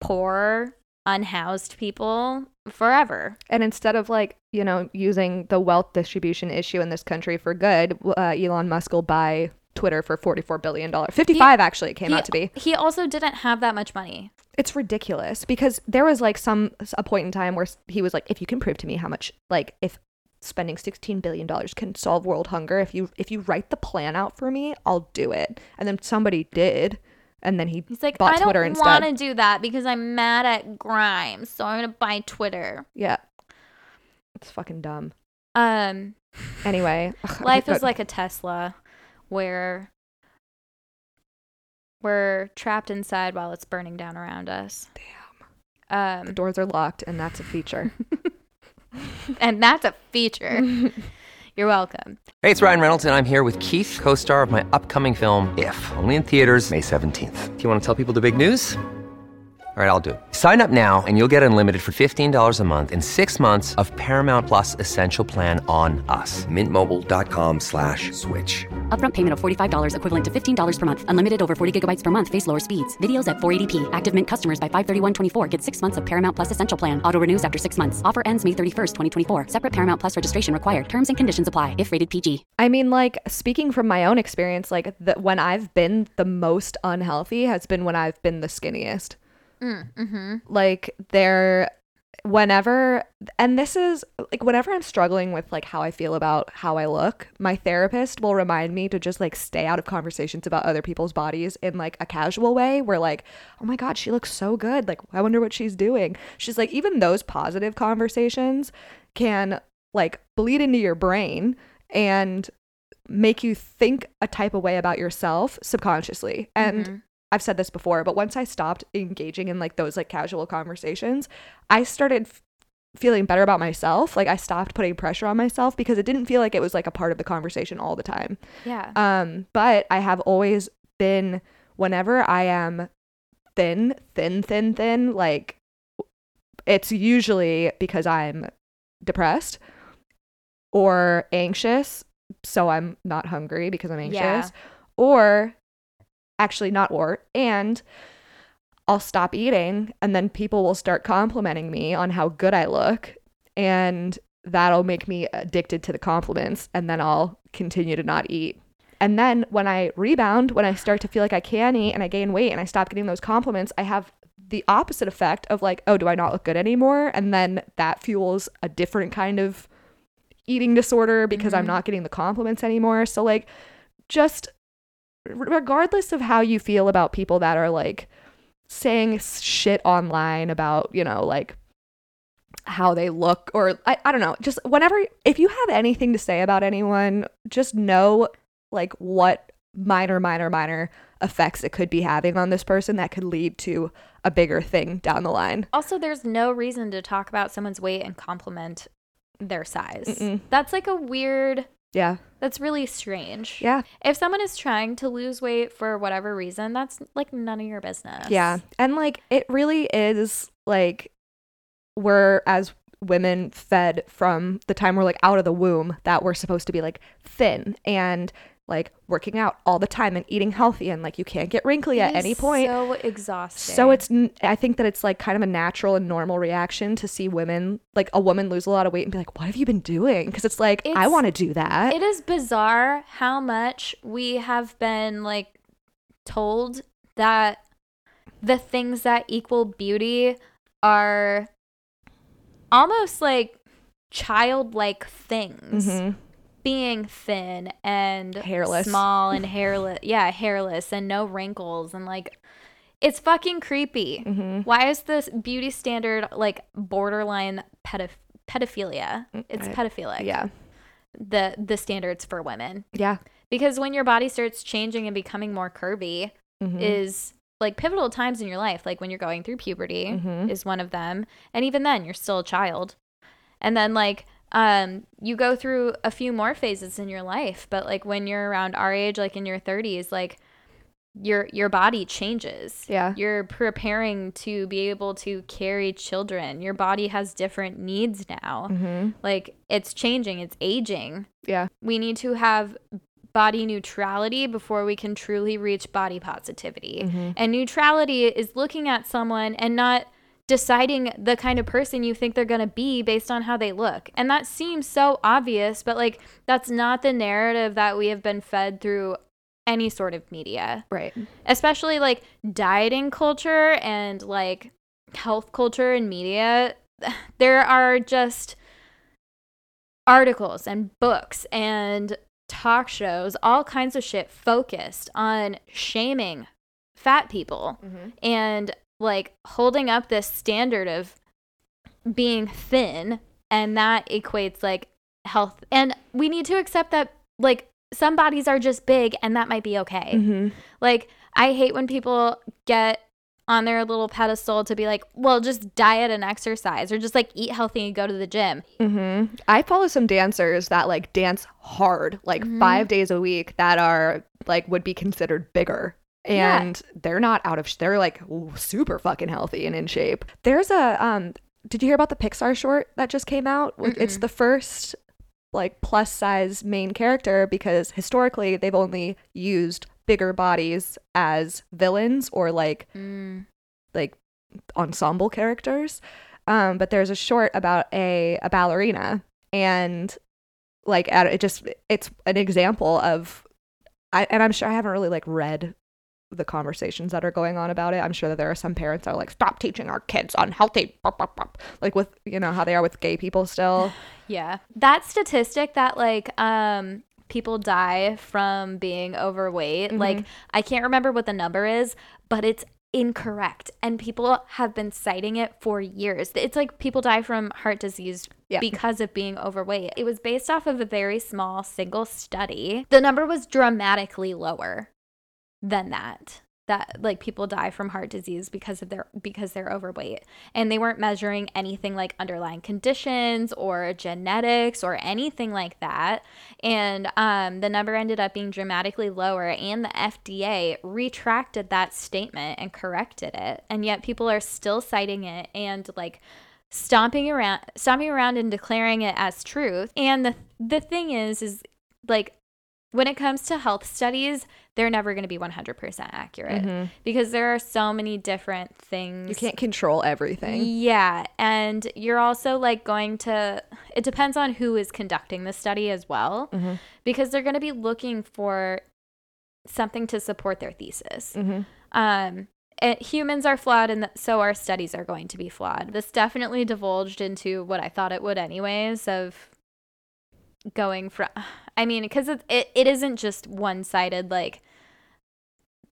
S2: poor, unhoused people forever.
S3: And instead of like, you know, using the wealth distribution issue in this country for good, w- uh, Elon Musk will buy Twitter for $44 billion. 55 actually it came
S2: he,
S3: out to be.
S2: He also didn't have that much money.
S3: It's ridiculous because there was like some a point in time where s- he was like if you can prove to me how much like if spending 16 billion dollars can solve world hunger if you if you write the plan out for me, I'll do it. And then somebody did and then he
S2: He's like,
S3: bought
S2: I
S3: Twitter
S2: don't
S3: instead.
S2: want to do that because I'm mad at Grimes, so I'm gonna buy Twitter.
S3: yeah. It's fucking dumb.
S2: Um,
S3: Anyway, ugh,
S2: life
S3: but-
S2: is like a Tesla, where we're trapped inside while it's burning down around us. Damn.
S3: the
S2: Um,
S3: doors are locked and that's a feature.
S2: and that's a feature. You're welcome.
S5: Hey, it's Ryan Reynolds, and I'm here with Keith, co star of my upcoming film, If, only in theaters, May 17th. Do you want to tell people the big news? All right, I'll do it. Sign up now and you'll get unlimited for $15 a month in six months of Paramount Plus Essential Plan on us. Mintmobile.com slash switch.
S6: Upfront payment of $45 equivalent to $15 per month. Unlimited over 40 gigabytes per month. Face lower speeds. Videos at 480p. Active Mint customers by 531.24 get six months of Paramount Plus Essential Plan. Auto renews after six months. Offer ends May 31st, 2024. Separate Paramount Plus registration required. Terms and conditions apply if rated PG.
S3: I mean, like speaking from my own experience, like the, when I've been the most unhealthy has been when I've been the skinniest. Mm-hmm. Like there, whenever, and this is like whenever I'm struggling with like how I feel about how I look, my therapist will remind me to just like stay out of conversations about other people's bodies in like a casual way. Where like, oh my god, she looks so good. Like, I wonder what she's doing. She's like, even those positive conversations can like bleed into your brain and make you think a type of way about yourself subconsciously. And I've said this before, but once I stopped engaging in like those like casual conversations, I started f- feeling better about myself. Like I stopped putting pressure on myself because it didn't feel like it was like a part of the conversation all the time.
S2: Yeah.
S3: Um, but I have always been whenever I am thin, thin, thin, thin, like it's usually because I'm depressed or anxious, so I'm not hungry because I'm anxious,
S2: Yeah.
S3: or actually not or and I'll stop eating and then people will start complimenting me on how good I look and that'll make me addicted to the compliments and then I'll continue to not eat. And then when I rebound, when I start to feel like I can eat and I gain weight and I stop getting those compliments, I have the opposite effect of like, oh, do I not look good anymore? And then that fuels a different kind of eating disorder because I'm not getting the compliments anymore. So like just r- regardless of how you feel about people that are like saying s- shit online about, you know, like how they look or I, I don't know just whenever if you have anything to say about anyone just know like what minor minor minor effects it could be having on this person that could lead to a bigger thing down the line
S2: Also, there's no reason to talk about someone's weight and compliment their size.
S3: Mm-mm.
S2: That's like a weird.
S3: yeah
S2: That's really strange.
S3: yeah
S2: If someone is trying to lose weight for whatever reason, that's like none of your business.
S3: yeah and like it really is like we're as women fed from the time we're like out of the womb that we're supposed to be like thin and like working out all the time and eating healthy and like you can't get wrinkly at
S2: It is
S3: any point.
S2: So exhausting.
S3: So it's n- I think that it's like kind of a natural and normal reaction to see women like a woman lose a lot of weight and be like, "What have you been doing?" Because it's like I
S2: It's-
S3: want to do that.
S2: it is bizarre how much we have been like told that the things that equal beauty are almost like childlike things
S3: Mhm.
S2: being thin and
S3: Hairless.
S2: small and hairless yeah hairless and no wrinkles and like it's fucking creepy
S3: Mm-hmm.
S2: why is this beauty standard like borderline pedoph- pedophilia it's
S3: Mm, I-
S2: pedophilic
S3: Yeah.
S2: the the standards for women
S3: Yeah.
S2: because when your body starts changing and becoming more curvy is like pivotal times in your life like when you're going through puberty
S3: Mhm.
S2: is one of them and even then you're still a child and then like um you go through a few more phases in your life but like when you're around our age like in your 30s like your your body changes
S3: Yeah.
S2: you're preparing to be able to carry children your body has different needs now
S3: Mhm.
S2: like it's changing it's aging
S3: Yeah.
S2: we need to have body neutrality before we can truly reach body positivity. And neutrality is looking at someone and not deciding the kind of person you think they're going to be based on how they look. And that seems so obvious, but like that's not the narrative that we have been fed through any sort of media
S3: Right.
S2: especially like dieting culture and like health culture and media there are just articles and books and talk shows all kinds of shit focused on shaming fat people and like holding up this standard of being thin and that equates like health and we need to accept that like some bodies are just big and that might be okay
S3: Mhm.
S2: like, I hate when people get on their little pedestal to be like, well, just diet and exercise or just like eat healthy and go to the gym.
S3: Mm-hmm. I follow some dancers that like dance hard, like five days a week, that are like would be considered bigger.
S2: Yeah.
S3: And they're not out of, sh- they're like w- super fucking healthy and in shape. There's a, um, did you hear about the Pixar short that just came out? W- It's the first like plus size main character because historically they've only used bigger bodies as villains or like like ensemble characters. Um, but there's a short about a, a ballerina and like at- it just it's an example of I, and I'm sure I haven't really like read the conversations that are going on about it. I'm sure that there are some parents that are like, stop teaching our kids unhealthy, bop, bop, bop," like with you know how they are with gay people still.
S2: Yeah. That statistic that like um people die from being overweight, like I can't remember what the number is, but it's incorrect and people have been citing it for years. It's like people die from heart disease
S3: Yeah.
S2: because of being overweight. It was based off of a very small single study. The number was dramatically lower than that. That like people die from heart disease because of their because they're overweight and they weren't measuring anything like underlying conditions or genetics or anything like that. And um, the number ended up being dramatically lower, and the FDA retracted that statement and corrected it. And yet people are still citing it and like stomping around, stomping around and declaring it as truth. And the the thing is, is like when it comes to health studies, they're never going to be 100% accurate because there are so many different things
S3: Mm-hmm. You can't control everything.
S2: yeah, and you're also like going to it depends on who is conducting the study as well because they're going to be looking for something to support their thesis. Um it, humans are flawed and th- so our studies are going to be flawed. This definitely divulged into what I thought it would anyways of going from I mean because it, it it isn't just one-sided like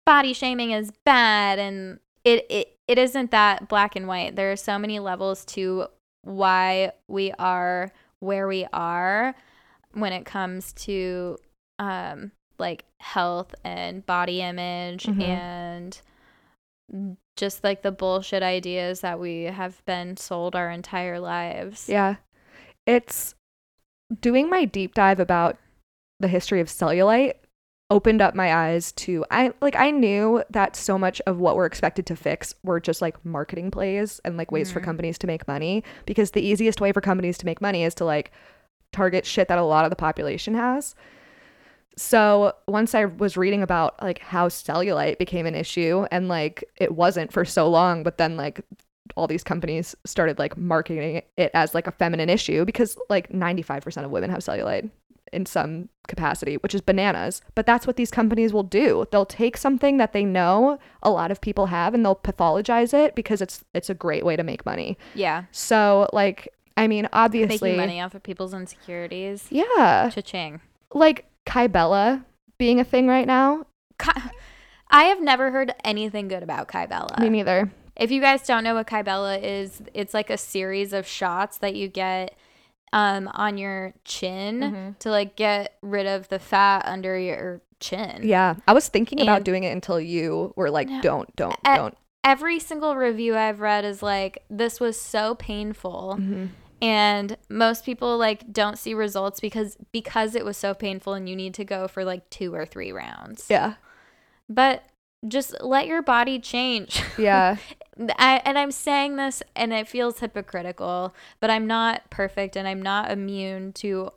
S2: body shaming is bad and it, it it isn't that black and white there are so many levels to why we are where we are when it comes to um like health and body image
S3: Mhm.
S2: and just like the bullshit ideas that we have been sold our entire lives
S3: Yeah. It's doing my deep dive about the history of cellulite opened up my eyes to I like I knew that so much of what we're expected to fix were just like marketing plays and like ways for companies to make money because the easiest way for companies to make money is to like target shit that a lot of the population has. So once I was reading about like how cellulite became an issue and like it wasn't for so long, but then like all these companies started like marketing it as like a feminine issue because like 95% of women have cellulite in some capacity, which is bananas. But that's what these companies will do. They'll take something that they know a lot of people have and they'll pathologize it because it's it's a great way to make money.
S2: Yeah.
S3: So like I mean obviously
S2: Making money off of people's insecurities.
S3: Yeah.
S2: Cha-ching.
S3: Like Kybella being a thing right now.
S2: Ki- I have never heard anything good about Kai Bella.
S3: Me neither.
S2: If you guys don't know what Kybella is, it's like a series of shots that you get um, on your chin
S3: Mm-hmm.
S2: to like get rid of the fat under your chin.
S3: Yeah. I was thinking about
S2: And-
S3: doing it until you were like,
S2: No.
S3: don't, don't,
S2: E-
S3: don't.
S2: Every single review I've read is like, this was so painful.
S3: Mm-hmm.
S2: And most people like don't see results because because it was so painful and you need to go for like two or three rounds.
S3: Yeah.
S2: But just let your body change.
S3: Yeah.
S2: I, and I'm saying this and it feels hypocritical, but I'm not perfect and I'm not immune to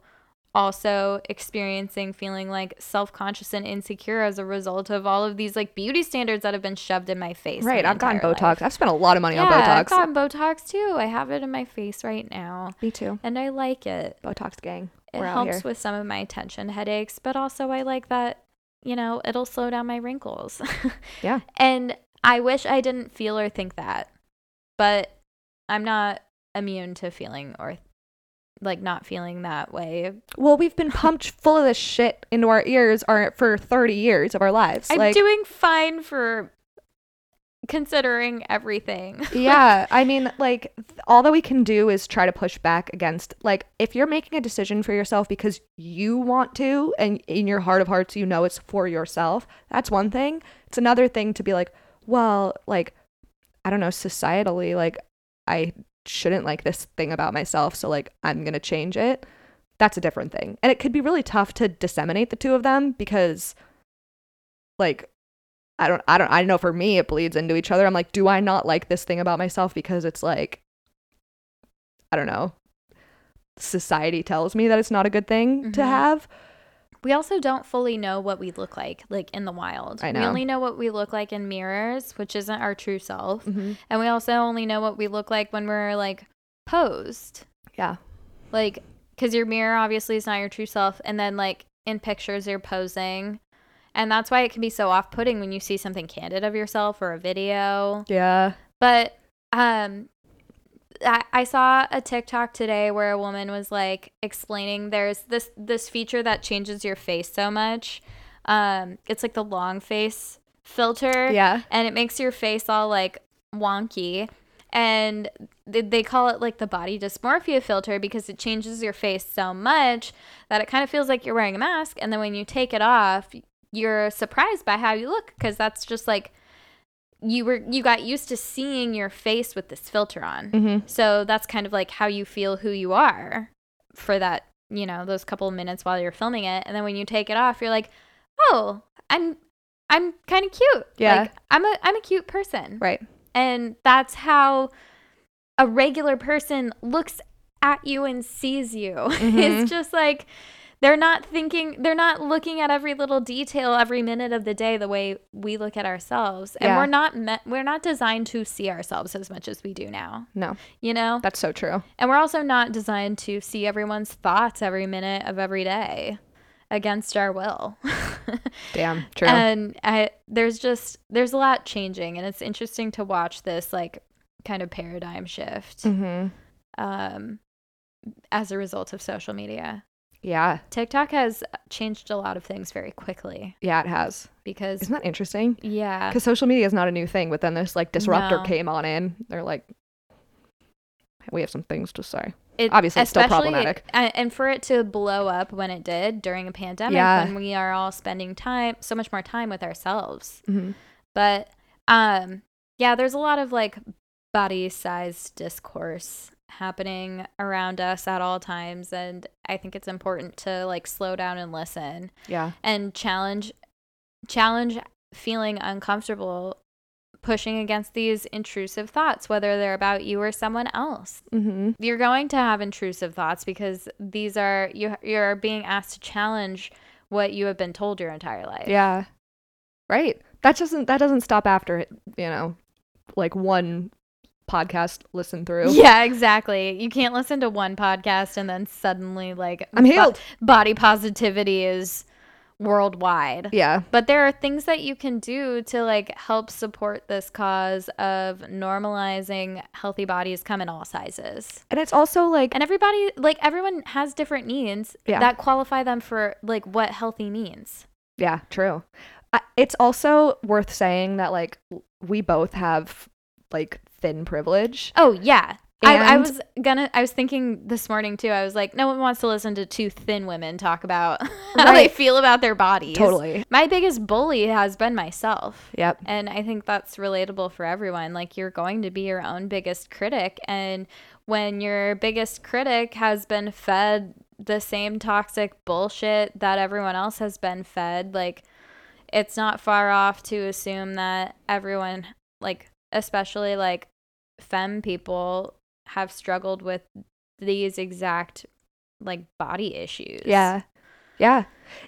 S2: also experiencing feeling like self-conscious and insecure as a result of all of these like beauty standards that have been shoved in my face.
S3: right.
S2: my
S3: I've gotten
S2: entire
S3: Botox.
S2: life.
S3: I've spent a lot of money
S2: Yeah,
S3: on
S2: I've
S3: Botox.
S2: gotten Botox too. I have it in my face right now
S3: Me too.
S2: and I like it.
S3: Botox gang.
S2: It
S3: we're out
S2: helps
S3: here.
S2: with some of my tension headaches, but also I like that, you know, it'll slow down my wrinkles.
S3: Yeah.
S2: And I wish I didn't feel or think that, but I'm not immune to feeling or like not feeling that way.
S3: Well, we've been pumped full of this shit into our ears our, for 30 years of our lives.
S2: I'm
S3: like,
S2: doing fine for considering everything.
S3: yeah, I mean, like, th- all that we can do is try to push back against, like, if you're making a decision for yourself because you want to, and in your heart of hearts, you know it's for yourself, that's one thing. It's another thing to be like, well, like, I don't know, societally, like, I shouldn't like this thing about myself, so, like, I'm going to change it. That's a different thing. And it could be really tough to disseminate the two of them because, like, I don't I don't I know for me it bleeds into each other. I'm like, do I not like this thing about myself because it's like I don't know. Society tells me that it's not a good thing to
S2: Mhm.
S3: have.
S2: We also don't fully know what we look like, like in the wild.
S3: I
S2: We
S3: know.
S2: only know what we look like in mirrors, which isn't our true self.
S3: Mm-hmm.
S2: And we also only know what we look like when we're like posed.
S3: Yeah.
S2: Like, because your mirror obviously is not your true self. And then, like, in pictures, you're posing. And that's why it can be so off putting when you see something candid of yourself or a video.
S3: Yeah.
S2: But um I, I saw a TikTok today where a woman was like explaining there's this this feature that changes your face so much. Um it's like the long face filter.
S3: Yeah.
S2: And it makes your face all like wonky. And they, they call it like the body dysmorphia filter because it changes your face so much that it kind of feels like you're wearing a mask. And then when you take it off, you're surprised by how you look because that's just like you were you got used to seeing your face with this filter on.
S3: Mhm.
S2: So that's kind of like how you feel who you are for that, you know, those couple of minutes while you're filming it. And then when you take it off, you're like, "Oh, I'm I'm kind of cute."
S3: Yeah.
S2: Like I'm a I'm a cute person.
S3: Right.
S2: And that's how a regular person looks at you and sees you. it's just like they're not thinking, they're not looking at every little detail every minute of the day the way we look at ourselves. And
S3: Yeah.
S2: we're not me- we're not designed to see ourselves as much as we do now,
S3: No.
S2: you know?
S3: That's so true.
S2: And we're also not designed to see everyone's thoughts every minute of every day against our will.
S3: Damn. True.
S2: And I, there's just there's a lot changing, and it's interesting to watch this like kind of paradigm shift
S3: mhm.
S2: um, as a result of social media.
S3: Yeah.
S2: TikTok has changed a lot of things very quickly
S3: Yeah, it has.
S2: because
S3: Isn't that interesting?
S2: yeah,
S3: Because social media is not a new thing, but then this like disruptor
S2: No.
S3: came on in. They're like, we have some things to say.
S2: it,
S3: obviously it's still
S2: especially-
S3: problematic.
S2: a- and for it to blow up when it did during a pandemic
S3: Yeah.
S2: when we are all spending time so much more time with ourselves.
S3: Mhm.
S2: But um yeah, there's a lot of like body size discourse happening around us at all times and I think it's important to like slow down and listen
S3: Yeah.
S2: and challenge challenge feeling uncomfortable pushing against these intrusive thoughts, whether they're about you or someone else.
S3: Mm-hmm.
S2: You're going to have intrusive thoughts because these are you you're being asked to challenge what you have been told your entire life.
S3: Yeah. Right. That doesn't that doesn't stop after it, you know, like one podcast listen through.
S2: Yeah, exactly. You can't listen to one podcast and then suddenly like
S3: I'm
S2: bo-
S3: healed.
S2: body positivity is worldwide.
S3: Yeah.
S2: But there are things that you can do to like help support this cause of normalizing healthy bodies come in all sizes.
S3: And it's also like
S2: And everybody like everyone has different needs
S3: Yeah.
S2: that qualify them for like what healthy means.
S3: Yeah, true. I- It's also worth saying that like w- we both have like thin privilege.
S2: Oh yeah. I, I
S3: And-
S2: was gonna I was thinking this morning too, I was like, no one wants to listen to two thin women talk about how they
S3: Right.
S2: feel about their bodies.
S3: Totally.
S2: My biggest bully has been myself.
S3: Yep.
S2: And I think that's relatable for everyone. Like, you're going to be your own biggest critic. And when your biggest critic has been fed the same toxic bullshit that everyone else has been fed, like, it's not far off to assume that everyone, like, especially like femme people, have struggled with these exact like body issues.
S3: Yeah. Yeah.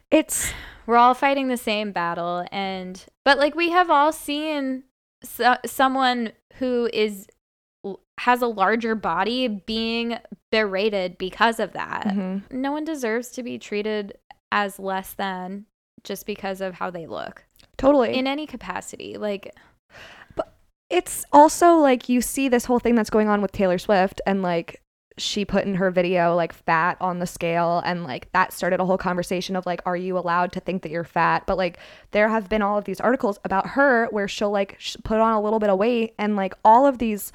S3: It's
S2: We're all fighting the same battle and but like we have all seen so- someone who is has a larger body being berated because of that.
S3: mhm.
S2: No one deserves to be treated as less than just because of how they look
S3: totally.
S2: in any capacity. Like
S3: it's also like you see this whole thing that's going on with Taylor Swift and like she put in her video like fat on the scale and like that started a whole conversation of like are you allowed to think that you're fat but like there have been all of these articles about her where she'll like sh- put on a little bit of weight and like all of these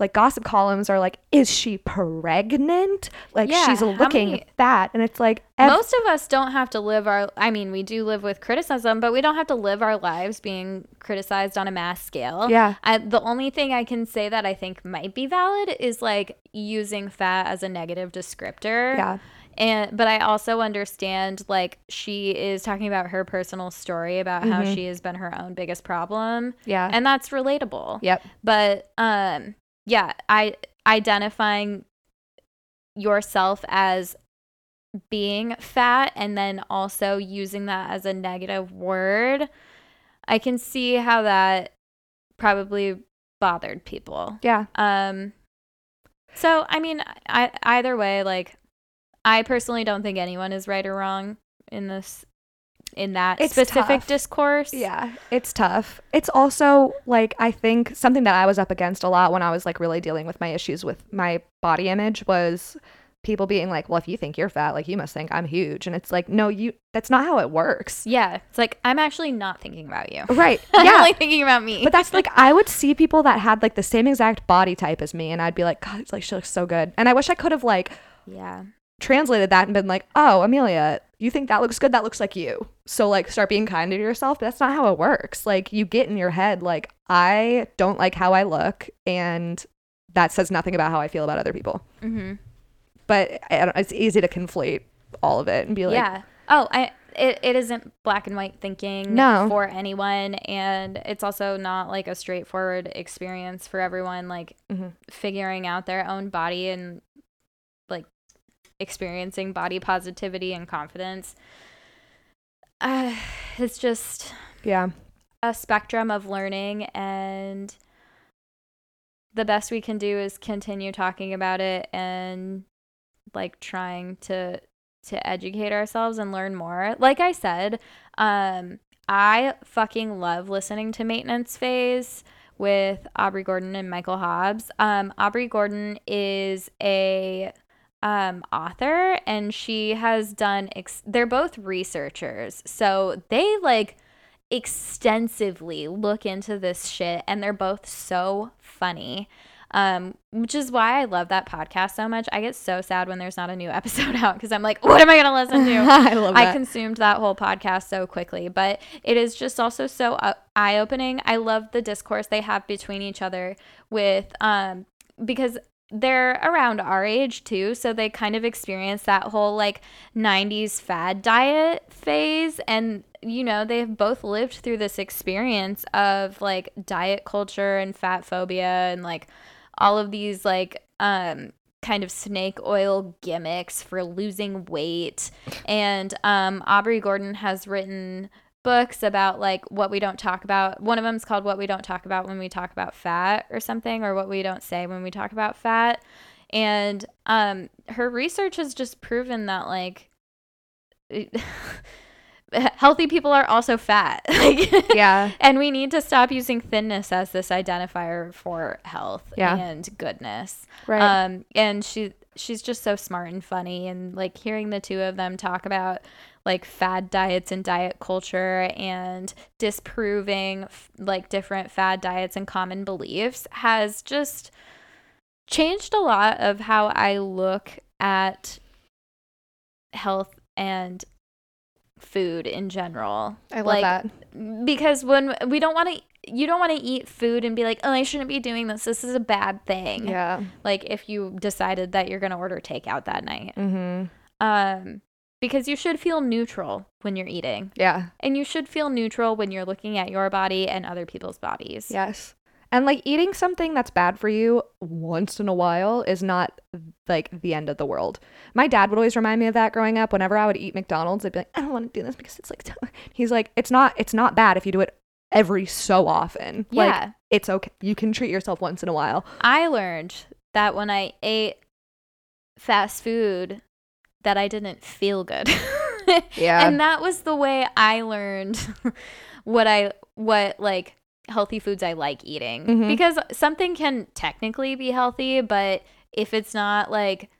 S3: like gossip columns are like is she pregnant like
S2: Yeah,
S3: she's
S2: how
S3: looking
S2: many-
S3: fat and it's like ev-
S2: most of us don't have to live our I mean, we do live with criticism, but we don't have to live our lives being criticized on a mass scale.
S3: yeah
S2: I, the only thing I can say that I think might be valid is like using fat as a negative descriptor.
S3: yeah
S2: And but I also understand like she is talking about her personal story about how
S3: Mm-hmm.
S2: she has been her own biggest problem
S3: yeah
S2: and that's relatable.
S3: yep
S2: But um yeah, I identifying yourself as being fat and then also using that as a negative word. I can see how that probably bothered people.
S3: yeah
S2: Um so I mean I either way like I personally don't think anyone is right or wrong in this in that
S3: It's
S2: specific
S3: tough.
S2: discourse.
S3: Yeah, it's tough. It's also like I think something that I was up against a lot when I was like really dealing with my issues with my body image was people being like, "Well, if you think you're fat, like you must think I'm huge." And it's like, "No, you that's not how it works."
S2: Yeah, it's like I'm actually not thinking about you.
S3: Right.
S2: I'm
S3: Yeah.
S2: only thinking about me.
S3: but that's like I would see people that had like the same exact body type as me and I'd be like, "God, it's like she looks so good." And I wish I could have like
S2: yeah,
S3: translated that and been like, "Oh, Amelia, you think that looks good? That looks like you." So like start being kind to yourself, but that's not how it works. Like you get in your head like, "I don't like how I look," and that says nothing about how I feel about other people. Mm-hmm.
S2: Mhm.
S3: But I I don't, it's easy to conflate all of it and be like,
S2: yeah. Oh, I it, it isn't black and white thinking
S3: No.
S2: for anyone, and it's also not like a straightforward experience for everyone. Like
S3: Mhm.
S2: figuring out their own body and like experiencing body positivity and confidence. Uh, it's just
S3: "Yeah,
S2: a spectrum of learning and the best we can do is continue talking about it and like trying to to educate ourselves and learn more like i said um i fucking love listening to maintenance phase with aubrey gordon and michael hobbs um aubrey gordon is a um, author and she has done ex- they're both researchers so they like extensively look into this shit and they're both so funny um which is why i love that podcast so much i get so sad when there's not a new episode out because i'm like what am i gonna listen to
S3: I love that."
S2: I consumed that whole podcast so quickly, but it is just also so uh, eye opening. I love the discourse they have between each other with um because they're around our age too, so they kind of experience that whole like 90s fad diet phase. And, you know, they've both lived through this experience of like diet culture and fat phobia and like all of these like, um, kind of snake oil gimmicks for losing weight. And um, Aubrey Gordon has written books about like what we don't talk about. One of them's called What We Don't Talk About When We Talk About Fat or something, or What We Don't Say When We Talk About Fat. And um, her research has just proven that like healthy people are also fat. Like,
S3: Yeah.
S2: and we need to stop using thinness as this identifier for health
S3: Yeah.
S2: and goodness.
S3: Right.
S2: Um, and she she's just so smart and funny, and like hearing the two of them talk about like fad diets and diet culture and disproving f- like different fad diets and common beliefs has just changed a lot of how I look at health and food in general.
S3: I love
S2: Like,
S3: that.
S2: because when we don't want to you don't want to eat food and be like, "Oh, I shouldn't be doing this. This is a bad thing."
S3: Yeah.
S2: Like if you decided that you're going to order takeout that night.
S3: Mm-hmm.
S2: Um because you should feel neutral when you're eating.
S3: Yeah.
S2: And you should feel neutral when you're looking at your body and other people's bodies.
S3: Yes. And like eating something that's bad for you once in a while is not like the end of the world. My dad would always remind me of that growing up. Whenever I would eat McDonald's, I'd be like, I don't want to do this because it's like he's like, it's not it's not bad if you do it every so often.
S2: Yeah.
S3: Like it's okay. You can treat yourself once in a while.
S2: I learned that when I ate fast food that I didn't feel good.
S3: Yeah.
S2: And that was the way I learned what I what like healthy foods I like eating
S3: Mhm.
S2: because something can technically be healthy but if it's not like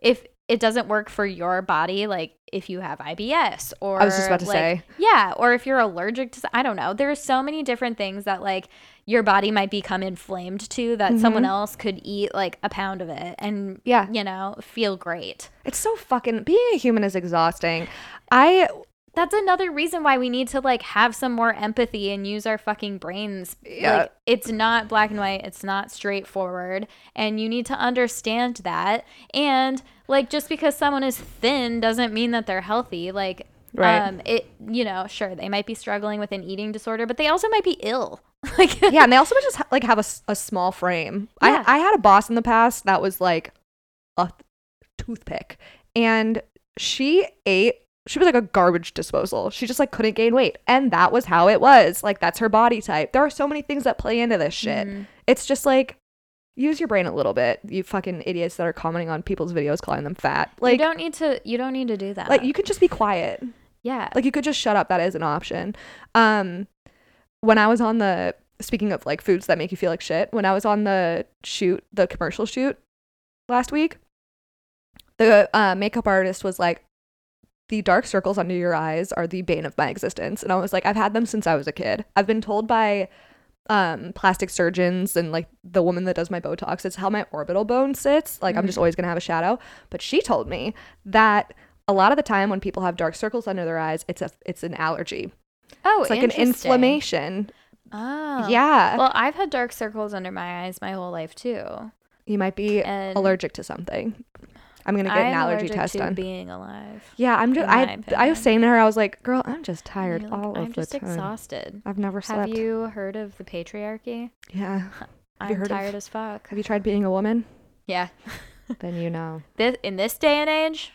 S2: if it doesn't work for your body like if you have IBS or
S3: I was just about to
S2: like,
S3: say.
S2: yeah, or if you're allergic to, s- I don't know. There are so many different things that like your body might become inflamed to that someone else could eat like a pound of it and
S3: Yeah.
S2: you know, feel great.
S3: It's so fucking being a human is exhausting. I
S2: That's another reason why we need to like have some more empathy and use our fucking brains.
S3: Yeah.
S2: Like it's not black and white, it's not straightforward, and you need to understand that. And like just because someone is thin doesn't mean that they're healthy. Like
S3: Right.
S2: um it you know, sure, they might be struggling with an eating disorder, but they also might be ill. Like
S3: yeah, and they also would just ha- like have a, s- a small frame.
S2: Yeah.
S3: I I had a boss in the past that was like a th- toothpick, and she ate. She was like a garbage disposal. She just like couldn't gain weight, and that was how it was. Like that's her body type. There are so many things that play into this shit.
S2: Mm-hmm.
S3: It's just like use your brain a little bit. You fucking idiots that are commenting on people's videos calling them fat.
S2: you
S3: Like
S2: don't need to you don't need to do that.
S3: like you could just be quiet.
S2: Yeah.
S3: Like you could just shut up. That is an option. Um, when I was on the speaking of like foods that make you feel like shit, when I was on the shoot, the commercial shoot last week, the uh, makeup artist was like, "The dark circles under your eyes are the bane of my existence," and I was like, "I've had them since I was a kid. I've been told by." um plastic surgeons and like the woman that does my botox it's how my orbital bone sits like i'm
S2: Mm.
S3: just always going to have a shadow but she told me that a lot of the time when people have dark circles under their eyes it's a it's an allergy
S2: oh,
S3: it's like an
S2: interesting.
S3: inflammation
S2: Oh.
S3: yeah
S2: Well, I've had dark circles under my eyes my whole life too.
S3: you might be
S2: and-
S3: allergic to something i'm going to get an
S2: I'm
S3: allergy
S2: allergic
S3: test
S2: to
S3: done
S2: Being alive.
S3: yeah i'm
S2: in
S3: just
S2: my
S3: i i
S2: opinion.
S3: was saying to her i was like girl i'm just
S2: And you're
S3: tired
S2: like,
S3: all
S2: I'm
S3: of
S2: just
S3: the time
S2: exhausted.
S3: i've never slept
S2: Have you heard of the patriarchy?
S3: yeah Have you
S2: I'm
S3: heard of-
S2: tired as fuck.
S3: have you tried being a woman
S2: Yeah.
S3: then you know
S2: This in this day and age.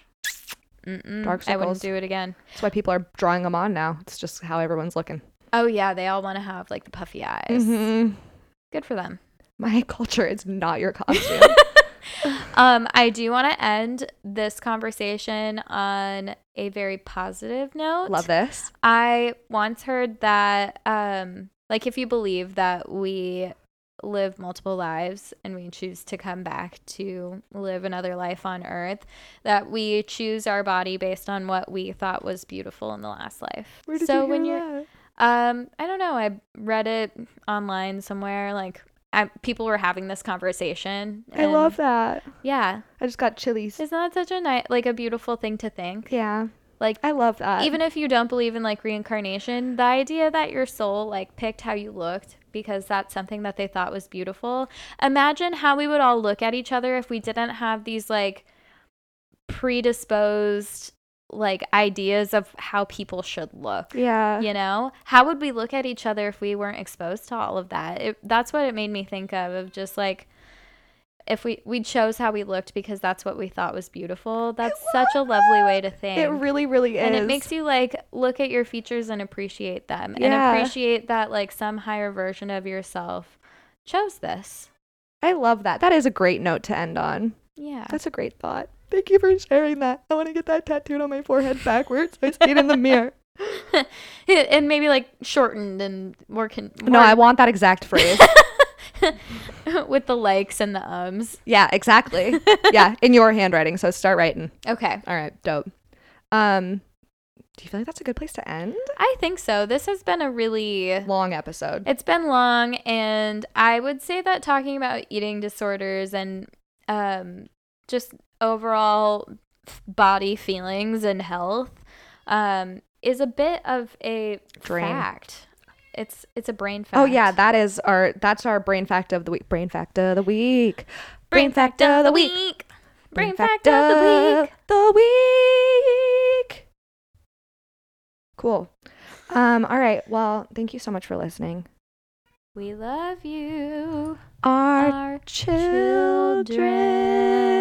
S2: Mm-mm,
S3: Dark
S2: I wouldn't
S3: circles.
S2: do it again.
S3: that's why people are drawing them on now it's just how everyone's looking
S2: Oh yeah, they all want to have like the puffy eyes.
S3: Mhm.
S2: Good for them.
S3: my culture is not your costume
S2: Um, I do want to end this conversation on a very positive note.
S3: love this
S2: I once heard that, um, like, if you believe that we live multiple lives and we choose to come back to live another life on earth, that we choose our body based on what we thought was beautiful in the last life.
S3: Where did
S2: so
S3: you
S2: when
S3: hear
S2: you're,
S3: that?
S2: um, I don't know, I read it online somewhere. Like, I, people were having this conversation.
S3: i love
S2: and-
S3: that
S2: Yeah,
S3: i just got chilies
S2: isn't that such a nice, like, a beautiful thing to think?
S3: yeah
S2: Like,
S3: i love that
S2: even if you don't believe in like reincarnation the idea that your soul like picked how you looked because that's something that they thought was beautiful. Imagine how we would all look at each other if we didn't have these like predisposed like ideas of how people should look.
S3: Yeah.
S2: You know, how would we look at each other if we weren't exposed to all of that? It, that's what it made me think of of just like if we we chose how we looked because that's what we thought was beautiful. That's such a lovely way to think.
S3: It really, really is.
S2: and it makes you like look at your features and appreciate them
S3: Yeah.
S2: and appreciate that like some higher version of yourself chose this.
S3: I love that. That is a great note to end on.
S2: Yeah.
S3: That's a great thought. Thank you for sharing that. I want to get that tattooed on my forehead backwards. I see it in the mirror.
S2: and maybe like shortened and more con-
S3: No,
S2: more-
S3: I want that exact phrase.
S2: with the likes and the ums.
S3: yeah, exactly. Yeah, in your handwriting. So start writing.
S2: Okay.
S3: All right, dope. Um, do you feel like that's a good place to end?
S2: I think so. This has been a really
S3: Long episode.
S2: it's been long and I would say that talking about eating disorders and um just overall f- body feelings and health um is a bit of a
S3: Drain.
S2: fact. It's it's a brain fact.
S3: Oh yeah, that is our that's our brain fact of the week. Brain fact of the week.
S2: brain fact of the week. Brain fact of the week.
S3: The week. Cool. Um, all right. Well, thank you so much for listening.
S2: We love you.
S3: Our,
S2: Our
S3: children.